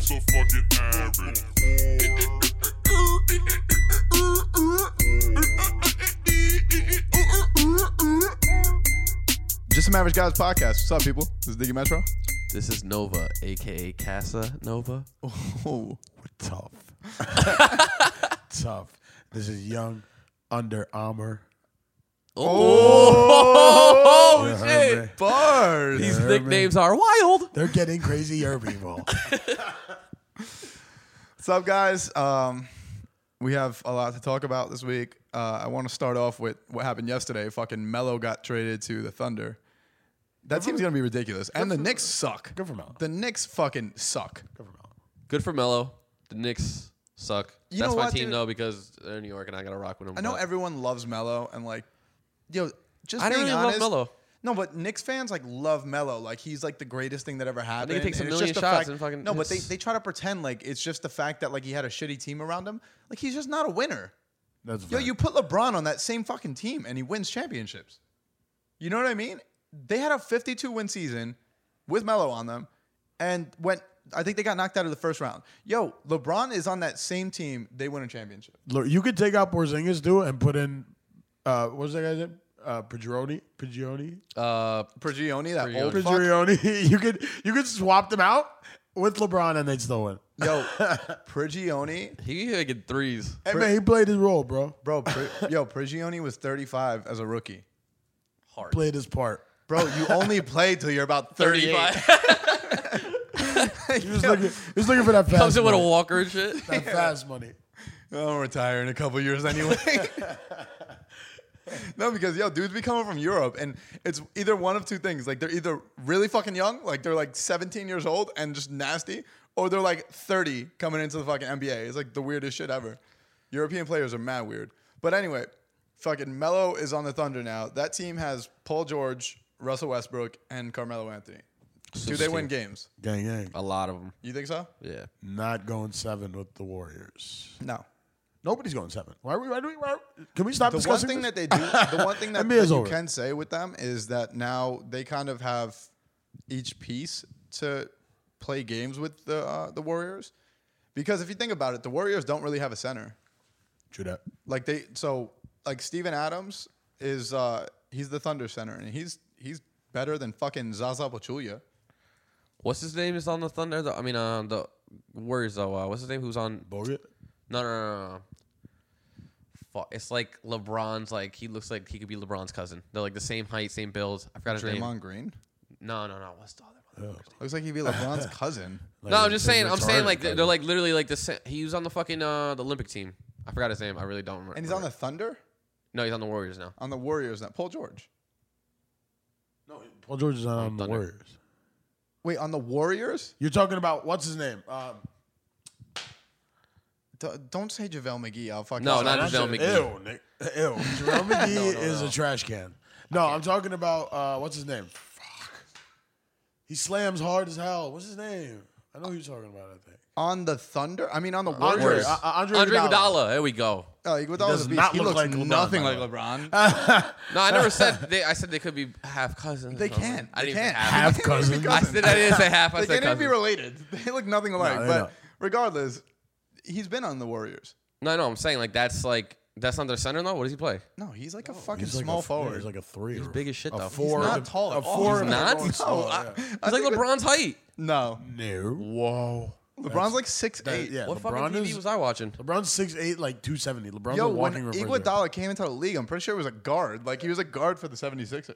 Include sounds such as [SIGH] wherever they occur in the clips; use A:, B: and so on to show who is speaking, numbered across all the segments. A: so fucking average. Oh. [LAUGHS]
B: Just some average guys podcast. What's up, people? This is Diggy Metro.
C: This is Nova, aka Casa Nova.
B: Oh,
D: Tough. [LAUGHS] Tough. This is young Under Armour.
B: [LAUGHS]
C: Oh,
D: You heard me.
C: shit! Bars. These
D: heard me.
C: nicknames are wild.
D: They're getting crazier, people.
B: what's up, guys? Um, we have a lot to talk about this week. Uh, I want to start off with what happened yesterday. Fucking Melo got traded to the Thunder. That team's gonna be ridiculous, and the Knicks suck.
D: Good for Melo.
B: The Knicks fucking suck.
C: Good for Mello. The Knicks suck.
B: You
C: That's
B: know
C: my
B: what,
C: team
B: dude?
C: though because they're New York and I gotta rock with them.
B: I know
C: but
B: everyone loves Melo, and like, yo, just
C: I don't
B: being
C: really love
B: honest,
C: Melo.
B: No, but Knicks fans like love Melo. Like he's like the greatest thing that ever happened.
C: he takes a
B: and it's
C: million
B: just the
C: shots
B: fact-
C: and fucking
B: No, but they,
C: hits.
B: they try to pretend like it's just the fact that like he had a shitty team around him. Like he's just not a winner.
D: That's
B: Yo,
D: fact.
B: you put LeBron on that same fucking team and he wins championships. You know what I mean? They had a 52 win season with Melo on them and went I think they got knocked out of the first round. Yo, LeBron is on that same team, they win a championship.
D: Look, you could take out Porzingis, dude, and put in, uh, what was that guy's name? Uh, Pajironi, Pajironi,
C: Uh,
B: Prigioni, that
C: Prigioni.
B: old fuck.
D: Pajironi. [LAUGHS] You could you could swap them out with LeBron, and they'd still win.
B: Yo, Prigioni,
C: he could get threes.
D: Hey, man, he played his role, bro.
B: bro. Pri- yo, Prigioni was 35 as a rookie.
D: Played
C: [LAUGHS]
D: his part.
B: Bro, you only play till you're about 35.
D: He was looking. He was looking for that fast.
C: Comes in with a
D: money.
C: walker
B: [LAUGHS]
C: and shit.
D: That fast money.
B: I'll retire in a couple years anyway. [LAUGHS] no, because yo, dudes be coming from Europe, and it's either one of two things: like they're either really fucking young, like they're like 17 years old and just nasty, or they're like 30 coming into the fucking NBA. It's like the weirdest shit ever. European players are mad weird. But anyway, fucking Melo is on the Thunder now. That team has Paul George, Russell Westbrook, and Carmelo Anthony. Do they win games?
D: Gang, gang.
C: A lot of them.
B: You think so?
C: Yeah.
D: Not going seven with the Warriors.
B: No.
D: Nobody's going seven. Why are we? Why do we? Why are- can we stop
B: the one
D: discussing
B: thing
D: this?
B: that they do, the one thing that,
D: NBA is
B: that you
D: over.
B: can say with them is that now they kind of have each piece to play games with the uh, the Warriors, because if you think about it, the Warriors don't really have a center.
D: True that.
B: Like they, so like Steven Adams is uh, he's the Thunder center, and he's he's better than fucking Zaza Pachulia.
C: What's his name? Is on the Thunder. Though? I mean, uh, the Warriors. Though. Uh, what's his name? Who's on?
D: Bogut.
C: No, no, no, no, no. Fuck. It's like LeBron's. Like he looks like he could be LeBron's cousin. They're like the same height, same build. I forgot his name.
B: Draymond Green
C: No, no, no. What's the other one?
B: looks like he'd be
C: [LAUGHS]
B: LeBron's cousin.
C: No, I'm just saying. I'm saying like they're,
D: like.
C: like literally like the sa- he was on the fucking uh the Olympic team. I forgot his name. I really don't remember.
B: And he's on the Thunder,
C: no, he's on the Warriors now.
B: on the Warriors now. Paul George.
D: No, Paul George is not on the
C: Thunder.
D: Warriors.
B: Wait, on the Warriors?
D: You're talking about what's his name? Um,
B: D- don't say JaVale McGee. I'll fucking
C: No,
B: slap
C: not
B: you.
C: JaVale
D: Ew,
C: McGee.
D: Nick. Ew.
C: [LAUGHS]
D: Jerome McGee
C: no,
D: is a trash can. No, I'm talking about uh, what's his name? Fuck. He slams hard as hell. What's his name? I know who you're talking about. I think.
B: On the Thunder? I mean, on the
D: Andre,
B: Warriors.
D: uh, uh, Andre,
C: Andre
D: Iguodala.
C: Iguodala. There we go.
B: Oh, Iguodala's
D: does
B: a beast.
D: not
B: he
D: look
B: looks
D: like LeBron,
B: nothing
D: by
B: like
D: the way. [LAUGHS]
B: LeBron.
C: No, I
B: [LAUGHS]
C: never said they. I said they could be half cousins.
B: they
C: or something.
B: can't. [LAUGHS]
C: I
B: They
C: didn't
B: can't.
C: Even have.
D: Half cousin.
C: I said I didn't say half. I
B: they
C: said
B: can't even be
C: cousins.
B: related. [LAUGHS] They look nothing alike.
D: they
B: but
D: don't.
B: regardless, he's been on the Warriors.
C: No, no. I'm saying like that's like that's not their center though. What does he play?
B: No, he's like a fucking
D: He's like
B: small
D: a,
B: forward.
D: He's like a three. He's
C: big as shit,
D: a
C: though.
D: Four.
B: He's not tall
D: A
B: at all.
D: four.
C: He's
D: and a
C: not?
D: going
C: No,
D: slow,
B: I-
D: yeah.
B: I
C: He's like
B: think that-
C: LeBron's height.
B: No.
D: No.
C: Whoa.
B: LeBron's like six eight.
D: Yeah.
C: What
D: LeBron
C: fucking TV
D: is-
C: was I watching?
D: LeBron's six eight, like two seventy. LeBron's
B: Yo,
D: a
B: when
D: walking refrigerator.
B: Iguodala came into the league, I'm pretty sure he was a guard. Like he was a guard for the 76ers.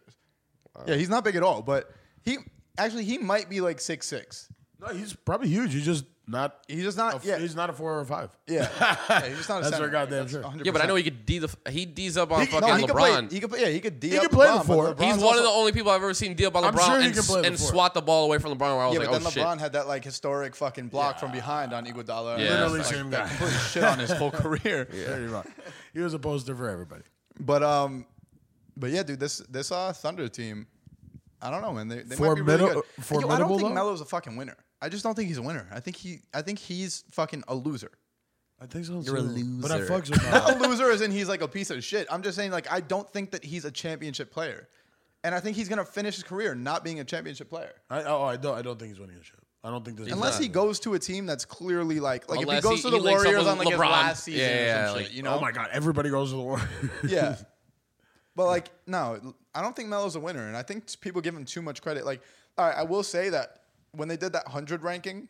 B: Yeah, he's not big at all, but he actually he might be like six six.
D: No, he's probably huge. He's just not.
B: He's just
D: a
B: not.
D: f-
B: yeah,
D: He's not a four or a five. [LAUGHS]
B: yeah, yeah, he's just not. A
D: That's
B: center.
D: our goddamn
B: That's
D: sure.
B: 100%.
C: Yeah, but I know he could D the he D's up on
D: He- no,
C: fucking
B: he Could
C: LeBron.
B: play, he could play. Yeah, he could D. up
D: could play the
B: LeBron, but
D: four.
B: LeBron's
C: He's one of
B: also-
C: the only people I've ever seen deal by
D: I'm
C: LeBron
D: sure he
C: and,
D: can play the
C: and
D: four.
C: swat the ball away from LeBron. Where I was
B: Yeah,
C: like,
B: but then
C: oh shit.
B: LeBron had that like historic fucking block from behind on Iguodala.
C: Yeah,
D: Literally
C: that's
D: same
B: that
D: guy.
B: completely shit on his whole career.
D: There you go. He was a poster for everybody.
B: But um, but yeah, dude, this this uh Thunder team, I don't know, man. They, they might be
D: Formidable-
B: really good. And, yo, I
D: formidable,
B: don't think
D: though?
B: Melo's a fucking winner. I just don't think he's a winner. I think he, I think he's fucking a loser.
D: I think so.
C: You're a loser.
D: But I fucks
B: [LAUGHS]
D: with Melo.
B: a loser is in he's like a piece of shit. I'm just saying, like, I don't think that he's a championship player, and I think he's gonna finish his career not being a championship player.
D: I, oh, I don't. I don't think he's winning a ship. I don't think there's
B: Unless
D: not.
B: he goes to a team that's clearly like like
C: Unless
B: if he
C: he-
B: goes to the
C: he links up
B: Warriors
C: with
B: on like his
C: LeBron.
B: last season,
C: Yeah, yeah,
B: or
C: yeah,
B: some
C: like,
B: shit, you know,
D: oh my god, everybody goes to the war.
C: [LAUGHS]
B: yeah. But like, no, I don't think Melo's a winner, and I think t- people give him too much credit. Like, all right, I will say that when they did that hundred ranking,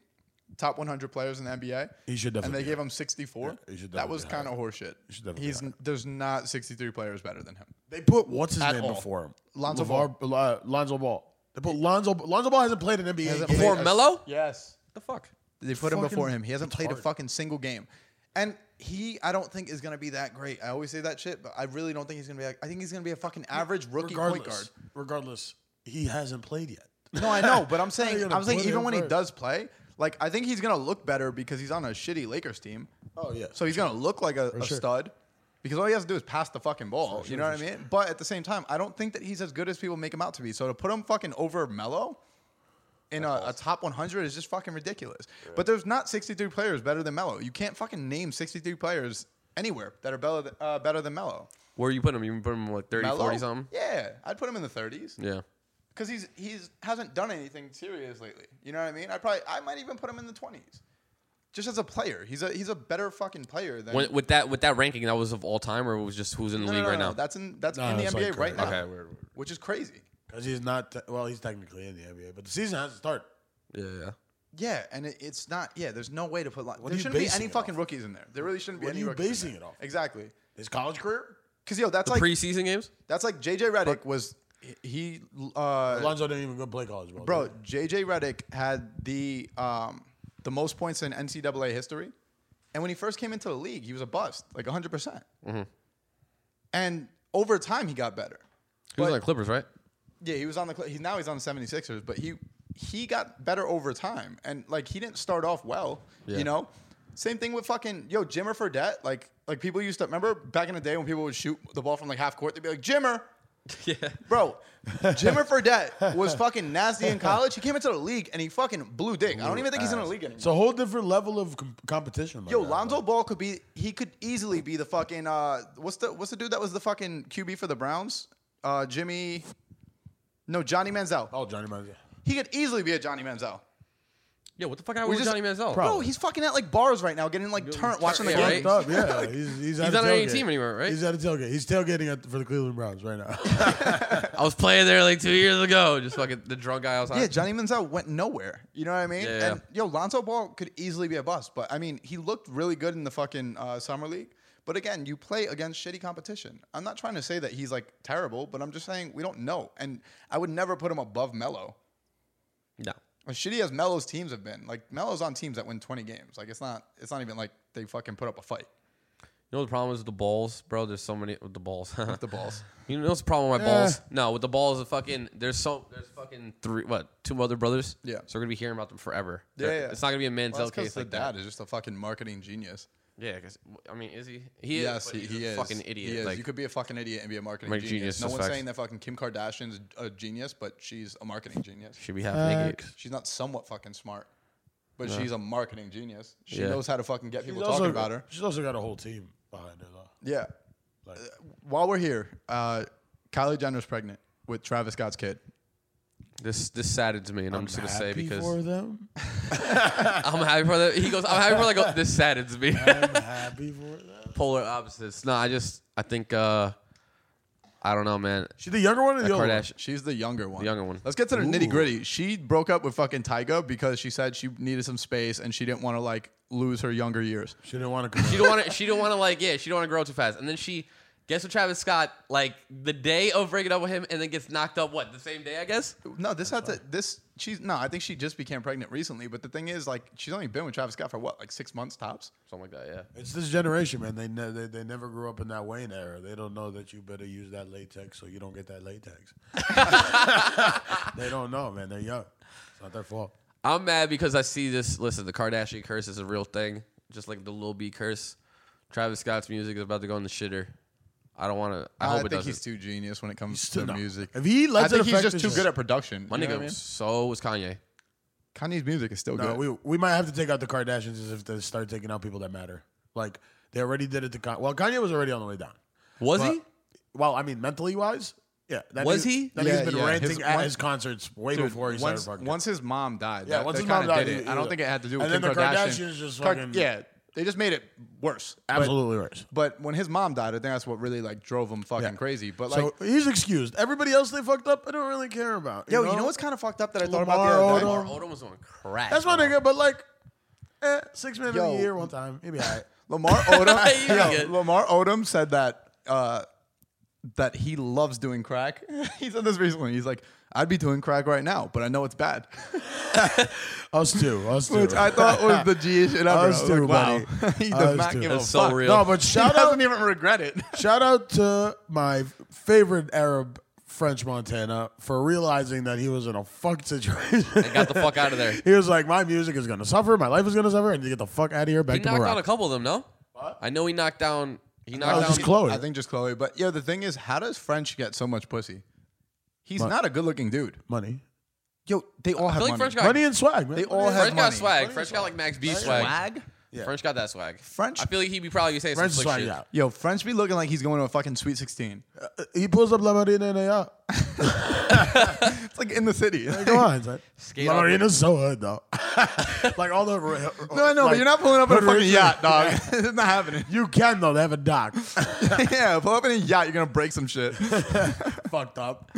B: top 100 players in the NBA,
D: He should
B: and
D: definitely
B: they
D: be
B: gave him 64.
D: he should
B: that was
D: definitely
B: kind of horseshit.
D: should definitely
B: He's
D: be
B: n- there's not 63 players better than him.
D: [LAUGHS] They put what's his
B: At
D: name
B: all.
D: before him?
B: Lonzo
D: Ball. Uh, Lonzo Ball. They put Lonzo. Lonzo Ball hasn't played an NBA
B: Hasn't
D: game.
B: played
C: For
B: Yes.
C: Melo?
B: Yes,
C: The fuck?
B: they put him
D: Fucking
B: before him. He hasn't played a
D: retarded.
B: fucking single game, and he I don't think is gonna be that great. I always say that shit, but I really don't think he's gonna be. Like, I think he's gonna be a fucking average rookie point guard.
D: regardless, regardless, he hasn't played yet.
B: No, I know,
D: [LAUGHS]
B: but I'm
D: You're
B: saying
D: gonna
B: I'm saying
D: put
B: even
D: him
B: when he
D: first.
B: does play, like I think he's gonna look better because he's on a shitty Lakers team.
D: Oh yeah.
B: So he's gonna look like a, a
D: sure.
B: stud because all he has to do is pass the fucking ball.
D: For
B: you
D: sure,
B: know what
D: for
B: I mean? But at the same time, I don't think that he's as good as people make him out to be. So to put him fucking over Melo in a, a top 100 is just fucking ridiculous. But there's not 63 players better than Melo. You can't fucking name 63 players anywhere that are better than, uh, better than Melo.
C: Where you put him? You put him like 30,
B: Melo?
C: 40 something?
B: Yeah, I'd put him in the 30s.
C: Yeah.
B: because he's he's hasn't done anything serious lately. You know what I mean? I probably I might even put him in the twenties, just as a player. He's a he's a better fucking player than.
C: When, with that with that ranking, that was of all time, or it was just who's in the
B: no, no,
C: league
B: no,
C: right
B: no,
C: now?
B: That's in that's
D: No,
B: in the
D: it's
B: NBA
D: like
B: right
D: current.
B: now,
C: okay, weird, weird.
B: which is crazy.
D: because he's not. Te- well, he's technically in the NBA, but the season hasn't started.
C: Yeah, yeah.
B: Yeah, and it, it's not. Yeah, there's no way to put. Like,
D: are
B: there
D: you
B: shouldn't be
D: basing
B: any
D: it
B: fucking
D: off?
B: rookies in there. There really shouldn't be
D: What are
B: any.
D: you
B: rookies in
D: basing
B: there.
D: it off?
B: Exactly,
D: His college career.
B: because yo, that's
C: The
B: like
C: preseason games?
B: that's like JJ Redick was he. Uh,
D: Lonzo didn't even go play college ball.
B: Bro,
D: did
B: JJ Redick had the um, the most points in NCAA history, and when he first came into the league, he was a bust, like 100. percent
D: Mm-hmm.
B: And over time, he got better.
C: He was
B: But-
C: on the Clippers, right?
B: Yeah, he was on the Cl- he, now he's on the 76ers, but he he got better over time, and like he didn't start off well,
C: Yeah.
B: you know. Same thing with fucking yo Jimmer Fredette, like like people used to remember back in the day when people would shoot the ball from like half court, they'd be like Jimmer,
C: [LAUGHS] Yeah.
B: Bro,
C: [LAUGHS]
B: Jimmer Fredette was fucking nasty in college. He came into the league and he fucking blew dick. I don't even think he's in the league
D: he?
B: anymore.
D: It's a whole different level of com- competition. my
B: Yo,
D: guy.
B: Lonzo Ball could be he could easily be the fucking uh what's the what's the dude that was the fucking QB for the Browns? Uh Jimmy No, Johnny Manziel.
D: Oh, Johnny Manziel.
B: He could easily be a Johnny Manziel.
C: Yeah, what the fuck happened with
B: just-
C: Johnny Manziel?
D: Bro,
B: Bro, he's fucking at like bars right now, getting like turned watching the
C: Yeah,
B: game.
C: right?
D: Fucked
C: [LAUGHS]
D: up, yeah. He's, he's, at
C: not
D: a
C: on any
D: tailgate.
C: team anymore, right?
D: He's at a tailgate. He's tailgating at, for the Cleveland Browns right [LAUGHS] now.
C: I was playing there like two years ago. Just fucking the drunk guy outside.
B: Yeah, Johnny Manziel went nowhere. You know what I mean?
C: Yeah, yeah.
B: And yo, Lonzo Ball could easily be a bust, but I mean, he looked really good in the fucking uh, summer league. But again, you play against shitty competition. I'm not trying to say that he's like terrible, but I'm just saying we don't know. And I would never put him above Melo.
C: No.
B: As shitty as Melo's teams have been, like Melo's on teams that win 20 games. Like it's not, it's not even like they fucking put up a fight.
C: You know what the problem is with the balls, bro? There's so many with the balls. [LAUGHS]
B: The
C: [SIGHS]
B: balls.
C: you know what's the problem with my
D: Yeah.
C: balls? No, with the balls, the fucking there's so there's fucking three what two other brothers.
B: Yeah.
C: so we're gonna be hearing about them forever.
B: Yeah,
C: They're-
B: yeah.
C: It's not gonna be a Manziel
B: Well, that's because
C: case
B: the
C: like
B: dad
C: that.
B: is just a fucking marketing genius.
C: Yeah, because I mean, is he? He
B: yes,
C: is.
B: he,
C: but he's
B: he
C: a
B: is.
C: fucking
B: He
C: idiot.
B: is.
C: Like,
B: you could be a fucking idiot and be a marketing
C: Marketing
B: genius.
C: genius
B: No
C: is
B: one's
C: facts.
B: saying that fucking Kim Kardashian's a genius, but she's a marketing genius.
C: should be half naked.
B: She's not somewhat fucking smart, but she's a marketing genius. She
C: Yeah.
B: knows how to fucking get people
D: She's also-
B: talking about her.
D: She's also got a whole team behind her though.
B: Yeah. Uh,
D: Like,
B: While we're here, uh, Kylie Jenner's pregnant with Travis Scott's kid.
C: This this saddens me, and I'm, just gonna say
D: happy
C: because
D: for them.
C: [LAUGHS] I'm happy for that. He goes, I'm happy for like oh, this saddens me.
D: I'm happy for them.
C: [LAUGHS] Polar opposites. No, I just I think uh I don't know, man.
D: She's the younger one or the
C: That
D: older one?
C: Kardashian.
B: She's the younger one.
C: younger one.
B: Let's get to the nitty gritty. She broke up with fucking Tyga because she said she needed some space and she didn't want to like lose her younger years.
D: She didn't want to come.
C: [LAUGHS] She
D: out.
C: don't want to. She don't want to like. Yeah, she don't want to grow too fast. And then she gets with Travis Scott like the day of breaking up with him, and then gets knocked up. What the same day? I guess.
B: No, this had to this she's no, I think she just became pregnant recently, but the thing is like she's only been with Travis Scott for what, like six months tops?
C: Something like that. Yeah.
D: It's this generation, man. They, ne- they they never grew up in that Wayne era. They don't know that you better use that latex so you don't get
C: [LAUGHS]
D: that latex. [LAUGHS] they don't know, man. They're young. It's not their fault.
C: I'm mad because I see this. Listen, the Kardashian curse is a real thing, just like the Lil B curse. Travis Scott's music is about to go in the shitter. I don't want to. I,
B: I,
C: hope it
B: think
C: doesn't.
B: he's too genius when it comes
D: still
B: to
D: not.
B: music.
D: If he lets
B: I
D: it
B: think he's
D: affect
B: just
D: his-
B: too good at production.
C: My
B: you know
C: nigga,
B: what I mean?
C: so was Kanye.
B: Kanye's music is still
D: No,
B: good.
D: we we might have to take out the Kardashians as if they start taking out people that matter. Like they already did it to Kanye. Well, Kanye was already on the way down.
C: Was
D: But-
C: he?
D: Well, I mean, mentally wise, Yeah, that
C: Was
D: dude-
C: he?
D: That
B: Yeah,
D: has been
B: yeah.
D: ranting
B: His-
D: at
B: one-
D: his concerts way before he
B: once,
D: started fucking.
B: once his mom died,
D: Yeah,
B: that,
D: once
B: that
D: his mom
B: kinda
D: died,
B: did it.
D: he-
B: I don't
D: yeah.
B: think it had to do with
D: And
B: Kim
D: then the
B: Kardashian.
D: Kardashians just fucking-
B: yeah, they just made it worse. But-
D: Absolutely right.
B: But, when his mom died, I think that's what really like drove him fucking
D: Yeah.
B: crazy. But like,
D: So he's excused. Everybody else they fucked up, I don't really care about.
B: yo, you know what's kind of fucked up that I thought
D: Lamar
B: about the
D: Odom.
B: other
C: Lamar
B: day?
C: Odom was on crack.
D: That's my
C: bro.
D: nigga, but like, eh, six minutes
B: Yo.
D: a year, one time, maybe all right.
B: Lamar
C: [LAUGHS]
B: Odom.
C: You
B: yo,
C: good.
B: Lamar Odom said that uh, that he loves doing crack. [LAUGHS] he said this recently. He's like, I'd be doing crack right now, but I know it's bad, [LAUGHS]
D: Us too, us too.
B: which I thought was
D: [LAUGHS]
B: the G shit ever. I
D: Us
B: was like,
D: too,
B: wow, [LAUGHS]
D: buddy.
B: he
D: Us
B: does not
D: too.
B: give a
C: That's so
B: fuck.
C: real.
D: no, but
B: He
D: shout out,
B: doesn't even regret
D: [LAUGHS]
B: it.
D: shout out to my favorite Arab French Montana for realizing that he was in a fucked situation.
C: Got the fuck out of there.
D: [LAUGHS] he was like, my music is gonna suffer, my life is gonna suffer, and you get the fuck out of here, back
C: He
D: to
C: knocked
D: Morocco.
C: down a couple of them, no? I know he knocked down. He
D: it
C: knocked
D: was
C: down.
D: just Chloe.
B: I think just Chloe. But yeah, the thing is, how does French get so much pussy? He's
D: Mon-
B: not a good-looking dude.
D: money,
B: Yo, they all
C: I
B: have
C: feel
B: money.
C: like French got
D: money and swag, man.
B: They
D: Money
B: all
D: and
B: have
C: French
B: money.
C: got swag.
D: Money
C: French
D: is
C: got like Max B swag.
D: Yeah.
C: French got that swag.
B: French-
C: I feel like he'd be probably saying
D: French
C: some slick
D: swag
C: shit.
D: out.
B: Yo, French be looking like he's going to a fucking Sweet 16.
D: He pulls up La Marina and they
B: [LAUGHS]
D: out.
B: It's like in the city. [LAUGHS] no,
D: Come on, son.
C: Skate
D: La
C: on
D: Marina's so hood though. [LAUGHS] like all the uh,
B: I know, but
D: like,
B: you're not pulling up in a
D: Puerto
B: fucking
D: Rican-
B: yacht, dog. [LAUGHS] it's not
D: [LAUGHS]
B: happening.
D: You can though. They have a dock.
B: [LAUGHS]
D: [LAUGHS]
B: yeah, pull up in a yacht, you're going to break some shit.
D: Fucked up.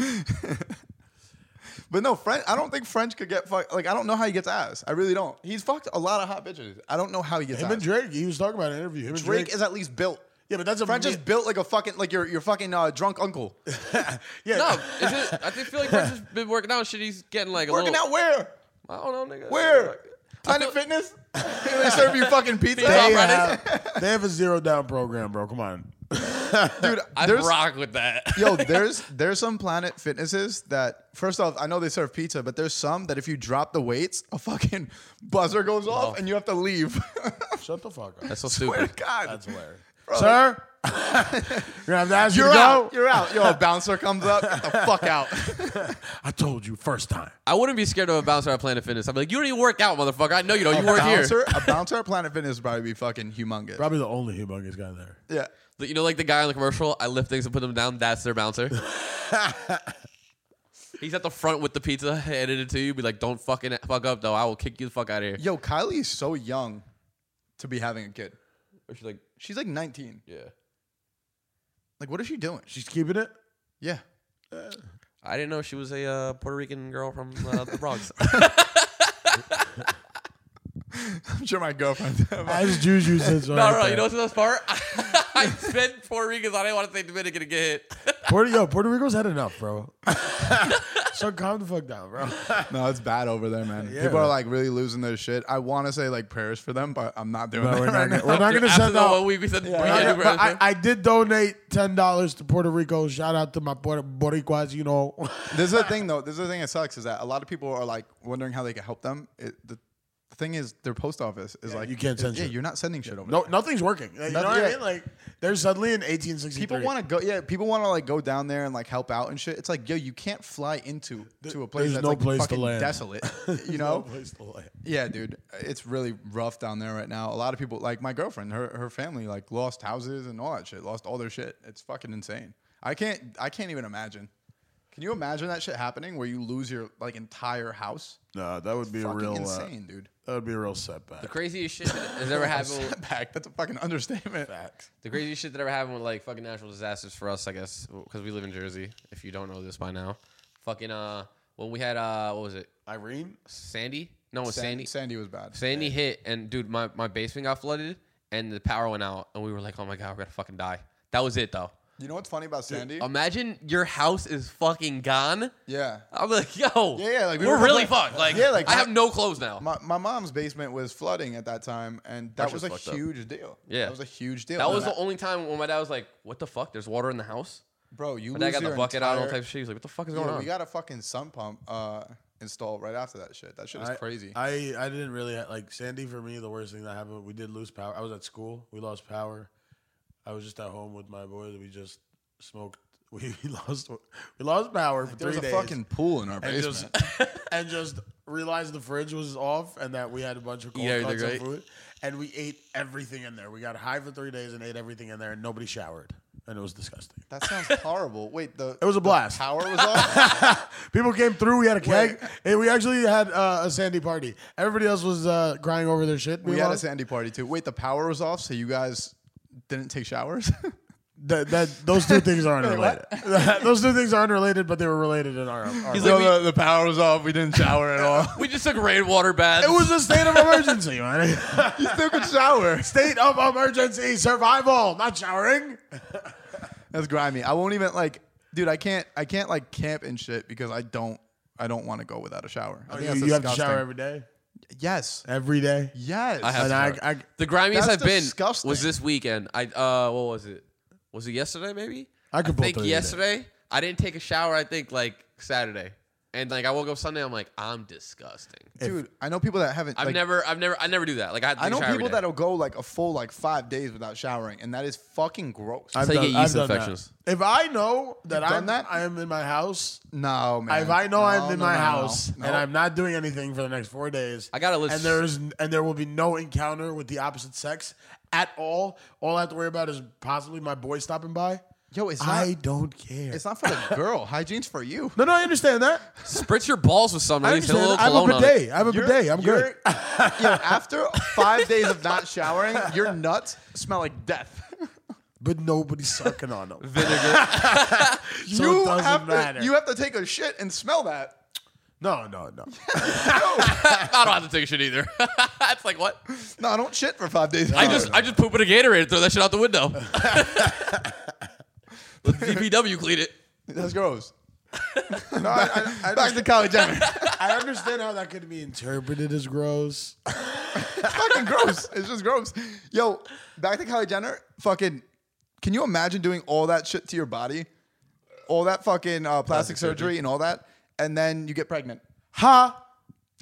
B: But no, French, I don't think French could get fucked. Like, I don't know how he gets ass. I really don't. He's fucked a lot of hot bitches. I don't know how he gets
D: Him and
B: ass.
D: Drake. He was talking about an interview. Him and Drake,
B: Drake is at least built.
D: Yeah, but that's a
B: French is built like a fucking, like your, your fucking uh, drunk
D: [LAUGHS]
B: uncle.
D: yeah.
B: [LAUGHS]
C: No, is it, I think- feel like French has been working out. Shit, he's getting like a
B: Working
D: Oh.
C: little.
B: out where?
C: I don't know, nigga.
B: Where? Planet Fitness? [LAUGHS] they serve you
D: [LAUGHS]
B: fucking pizza.
D: They
C: Hey, Alright.
D: have, they have a zero down program, bro. Come on.
B: Dude,
C: I
B: there's,
C: rock with that. [LAUGHS]
D: [LAUGHS]
B: yo, there's there's some Planet Fitnesses that first off, I know they serve pizza, but there's some that if you drop the weights, a fucking buzzer goes
D: Oh.
B: off and you have to leave. [LAUGHS]
D: Shut the fuck up.
C: That's so
B: Swear
C: stupid.
B: to God,
D: That's hilarious. Sir, [LAUGHS] you're gonna have to ask you
B: you're
D: to go.
B: out. You're out.
D: [LAUGHS]
B: Yo, a bouncer comes up. Get the fuck out.
D: I told you first time.
C: I wouldn't be scared of a bouncer at Planet Fitness. I'm like, you don't even work out, motherfucker. I know you don't. You work here.
B: bouncer, a bouncer at Planet Fitness would probably be fucking humongous.
D: Probably the only humongous guy there.
B: Yeah.
C: Like, You know, like the guy on the commercial. I lift things and put them down. That's their
D: [LAUGHS]
C: bouncer. He's at the front with the pizza, handed it to you. Be like, don't fucking fuck up, though. I will kick you the fuck out of here.
B: Yo, Kylie is so young to be having a kid.
C: Or she's like,
B: She's like 19.
C: yeah.
B: Like, what is she doing? She,
D: She's keeping it.
B: yeah. [LAUGHS]
C: I didn't know she was a uh, Puerto Rican girl from uh,
D: [LAUGHS]
C: the Bronx.
B: I'm sure my girlfriend. [LAUGHS]
D: As Juju says,
C: [LAUGHS]
D: right
C: no, no, no.
D: there.
C: You know what's the best part? [LAUGHS] I said Puerto Ricans. I didn't want to say Dominican to get hit.
D: Puerto, yo, Puerto Rico's had enough, bro. [LAUGHS] so calm the fuck down, bro.
B: No, it's bad over there, man.
D: Yeah,
B: People are
D: man.
B: like really losing their shit. I want to say like prayers for them, but I'm not doing
D: No,
B: that
D: we're
B: right
D: not, gonna-
B: now.
D: we're not
C: Dude,
D: gonna
C: [LAUGHS] after
D: send
C: the
D: out.
C: one week we said
D: We're
C: we
D: not
C: had
D: gonna-
C: Uber
D: but I,
C: Eats.
D: [LAUGHS] I did donate ten dollars to Puerto Rico. Shout out to my Puerto Boricuas, you know.
B: This is the thing, though. This is the thing that sucks is that a lot of people are like wondering how they can help them. It, the, the thing is, their post office is like
D: you can't
B: is-
D: send
B: Yeah,
D: shit.
B: you're not sending shit over.
D: No,
B: there.
D: nothing's working. Like, you know
B: Nothing-
D: what
B: yeah.
D: I mean? Like they're suddenly in eighteen sixty.
B: people want to go. Yeah, people want to like go down there and like help out and shit. It's like yo, you can't fly into to a place
D: there's
B: that's
D: no
B: like
D: place to
B: fucking
D: land.
B: desolate.
D: [LAUGHS]
B: You know?
D: to.
B: Yeah, dude, it's really rough down there right now. A lot of people, like my girlfriend, her her family, like lost houses and all that shit, lost all their shit. It's fucking insane. I can't I can't even imagine. Can you imagine that shit happening where you lose your like entire house?
D: No, that would be a
B: Fucking
D: real. uh,
B: insane, dude.
D: that would be a real setback.
C: the craziest shit that has
B: [LAUGHS]
C: ever happened.
B: Setback. That's a fucking understatement.
D: Facts.
C: The craziest shit that ever happened with like fucking natural disasters for us, I guess, because we live in Jersey. If you don't know this by now, fucking uh, when we had uh, what was it,
D: Irene.
C: Sandy? No, it was
B: San-
C: Sandy.
B: Sandy, was bad.
C: Sandy hit, and dude, my my basement got flooded, and the power went out, and we were like, oh my god, we're gonna fucking die. That was it though.
B: You know what's funny about Sandy?
C: Imagine your house is fucking gone.
B: yeah.
C: I'm like, yo,
B: Yeah, yeah, like, we
C: we are
B: were
C: really
B: complaining-
C: fucked. Like,
B: Yeah, like,
C: I
B: my-
C: have no clothes now.
B: My, my mom's basement was flooding at that time, and that
C: That
B: was a
C: shit's fucked up.
B: huge deal.
C: Yeah.
B: that was a huge deal.
C: that
B: And
C: was the only time when my dad was like, what the fuck? There's water in the house.
B: bro. You
C: My
B: lose
C: dad got
B: your
C: the bucket out, all
B: entire-
C: types of shit. He's like, what the fuck is
B: Yeah,
C: going on?
B: we got a fucking sun pump uh, installed right after that shit. That shit is crazy.
D: I, I didn't really like Sandy. For me, the worst thing that happened. We did lose power. I was at school. We lost power. I was just at home with my boys. We just smoked. [LAUGHS] We, lost. We lost power for
B: there was
D: three
B: a
D: days.
B: fucking pool in our
D: and
B: basement.
D: just [LAUGHS] and just realized the fridge was off and that we had a bunch of cold
C: Yeah,
D: cuts
C: they're
D: of
C: great.
D: food and we ate everything in there. We got high for three days and ate everything in there and nobody showered. and it was disgusting.
B: That sounds horrible. Wait, the
D: It was a blast.
B: power was off.
D: People came through. We had a keg,
B: Wait.
D: and we actually had uh, a Sandy party. Everybody else was uh, crying over their shit.
B: we had
D: meanwhile.
B: a Sandy party too. Wait, the power was off, so you guys didn't take showers. [LAUGHS]
D: that, that those two things aren't related. [LAUGHS] those two things aren't related, but they were related in our. our
C: He's
B: no,
C: like,
B: the, the power was off. We didn't shower at
C: [LAUGHS]
B: all.
C: we, we just took rainwater baths.
D: it was a state of
B: [LAUGHS]
D: emergency, man.
B: you still could [LAUGHS] shower.
D: state of emergency survival, not showering.
B: That's grimy. I won't even like, dude. I can't. I can't like camp and shit because I don't. I don't want to go without a shower. I think
D: Oh, You,
B: that's
D: you have to
B: disgusting.
D: shower every day.
B: Yes.
D: Every day.
B: Yes.
C: I have
D: And
C: to
D: I,
C: shower.
D: I,
C: The grimiest
B: That's
C: I've been
B: disgusting.
C: was this weekend. I uh, what was it? Was it yesterday? Maybe
D: I could pull
C: think
D: through either.
C: yesterday. I didn't take a shower. I think like Saturday, and like I woke up Sunday. I'm like, I'm disgusting.
B: dude. I know people that haven't.
C: I've
B: like,
C: never, I've never, I never do that. Like I, have
B: I
C: to take a
B: know
C: shower
B: people
C: every day.
B: that'll go like a full like five days without showering, and that is fucking gross.
D: I've
C: So you
D: done-
C: get
D: I've
C: yeast
D: done that.
C: infections.
D: If I know that
B: You've done
D: I'm
B: that?
D: I am in my house,
B: no man.
D: if I know
B: No,
D: I'm in
B: no,
D: my
B: no, no,
D: house
B: no.
D: and I'm not doing anything for the next four days,
C: I gotta listen.
D: and there's and there will be no encounter with the opposite sex at all. All I have to worry about is possibly my boy stopping by.
B: yo, it's not.
D: I don't care.
B: it's not for the girl. Hygiene's for you.
D: no, no, I understand that.
C: Spritz your balls with something. at
D: I
C: least hit a
D: understand.
C: little
D: I have a
C: cologne on it.
D: bidet. I have a
B: You're-
D: bidet. I'm
B: you're-
D: good.
B: [LAUGHS] yo, after five days of not showering, your nuts smell like death.
D: But nobody's sucking on them. [LAUGHS]
C: Vinegar.
D: So it doesn't
B: have
D: matter.
B: to. You have to take a shit and smell that.
D: no, no, no.
C: [LAUGHS] I don't have to take shit either. [LAUGHS] it's like what?
B: No, I don't shit for five days.
C: I just, I just poop in a Gatorade and throw that shit out the window. Let the DPW clean it.
B: [LAUGHS] that's [LAUGHS] gross.
D: no I, I,
B: Back to college. Evan.
D: I understand how that could be interpreted as gross.
B: [LAUGHS] fucking gross. It's just gross. Yo, back to Kylie Jenner. Fucking, can you imagine doing all that shit to your body, all that fucking uh, plastic, surgery, and all that, and then you get pregnant?
D: Ha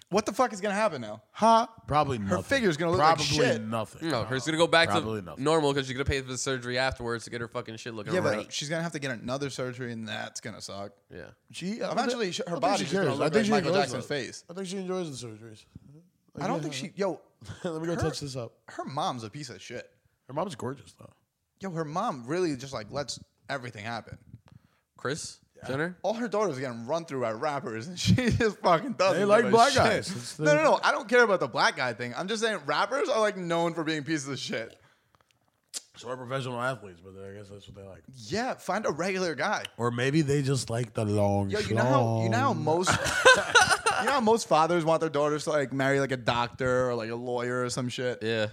B: What the fuck is gonna happen now?
D: ha. Probably nothing.
B: figure's gonna look like
D: Probably
B: shit.
D: nothing.
C: No, her's gonna go back
D: probably
C: to
D: nothing.
C: normal because she's gonna pay for the surgery afterwards to get her fucking shit looking
B: Yeah,
C: right.
B: but she's gonna have to get another surgery, and that's gonna suck.
C: yeah,
D: She
B: Eventually, sh- her
D: I think
B: body's
D: she
B: just gonna
D: cares.
B: look
D: I think
B: like
D: she
B: Michael
D: enjoys
B: Jackson's
D: it.
B: face.
D: I think she enjoys the surgeries. [LAUGHS]
B: I don't think she. Yo,
D: Let me go
B: her-
D: touch this up.
B: her mom's a piece of shit.
D: Her mom's gorgeous though.
B: Yo, her mom really just like lets everything happen.
C: Chris Jenner.
D: Oh.
B: all her daughters are getting run through by rappers, and [LAUGHS] she just fucking doesn't.
D: They
B: give
D: like
B: a
D: black
B: shit.
D: guys. It's the-
B: No, no, no. I don't care about the black guy thing. I'm just saying rappers are like known for being pieces of shit.
D: So are professional athletes, but I guess that's what they like.
B: Yeah, find a regular guy.
D: Or maybe they just like the long.
B: Yo, you know how you know how most [LAUGHS] you know how most fathers want their daughters to like marry like a doctor or like a lawyer or some shit.
D: [LAUGHS]
C: Yeah,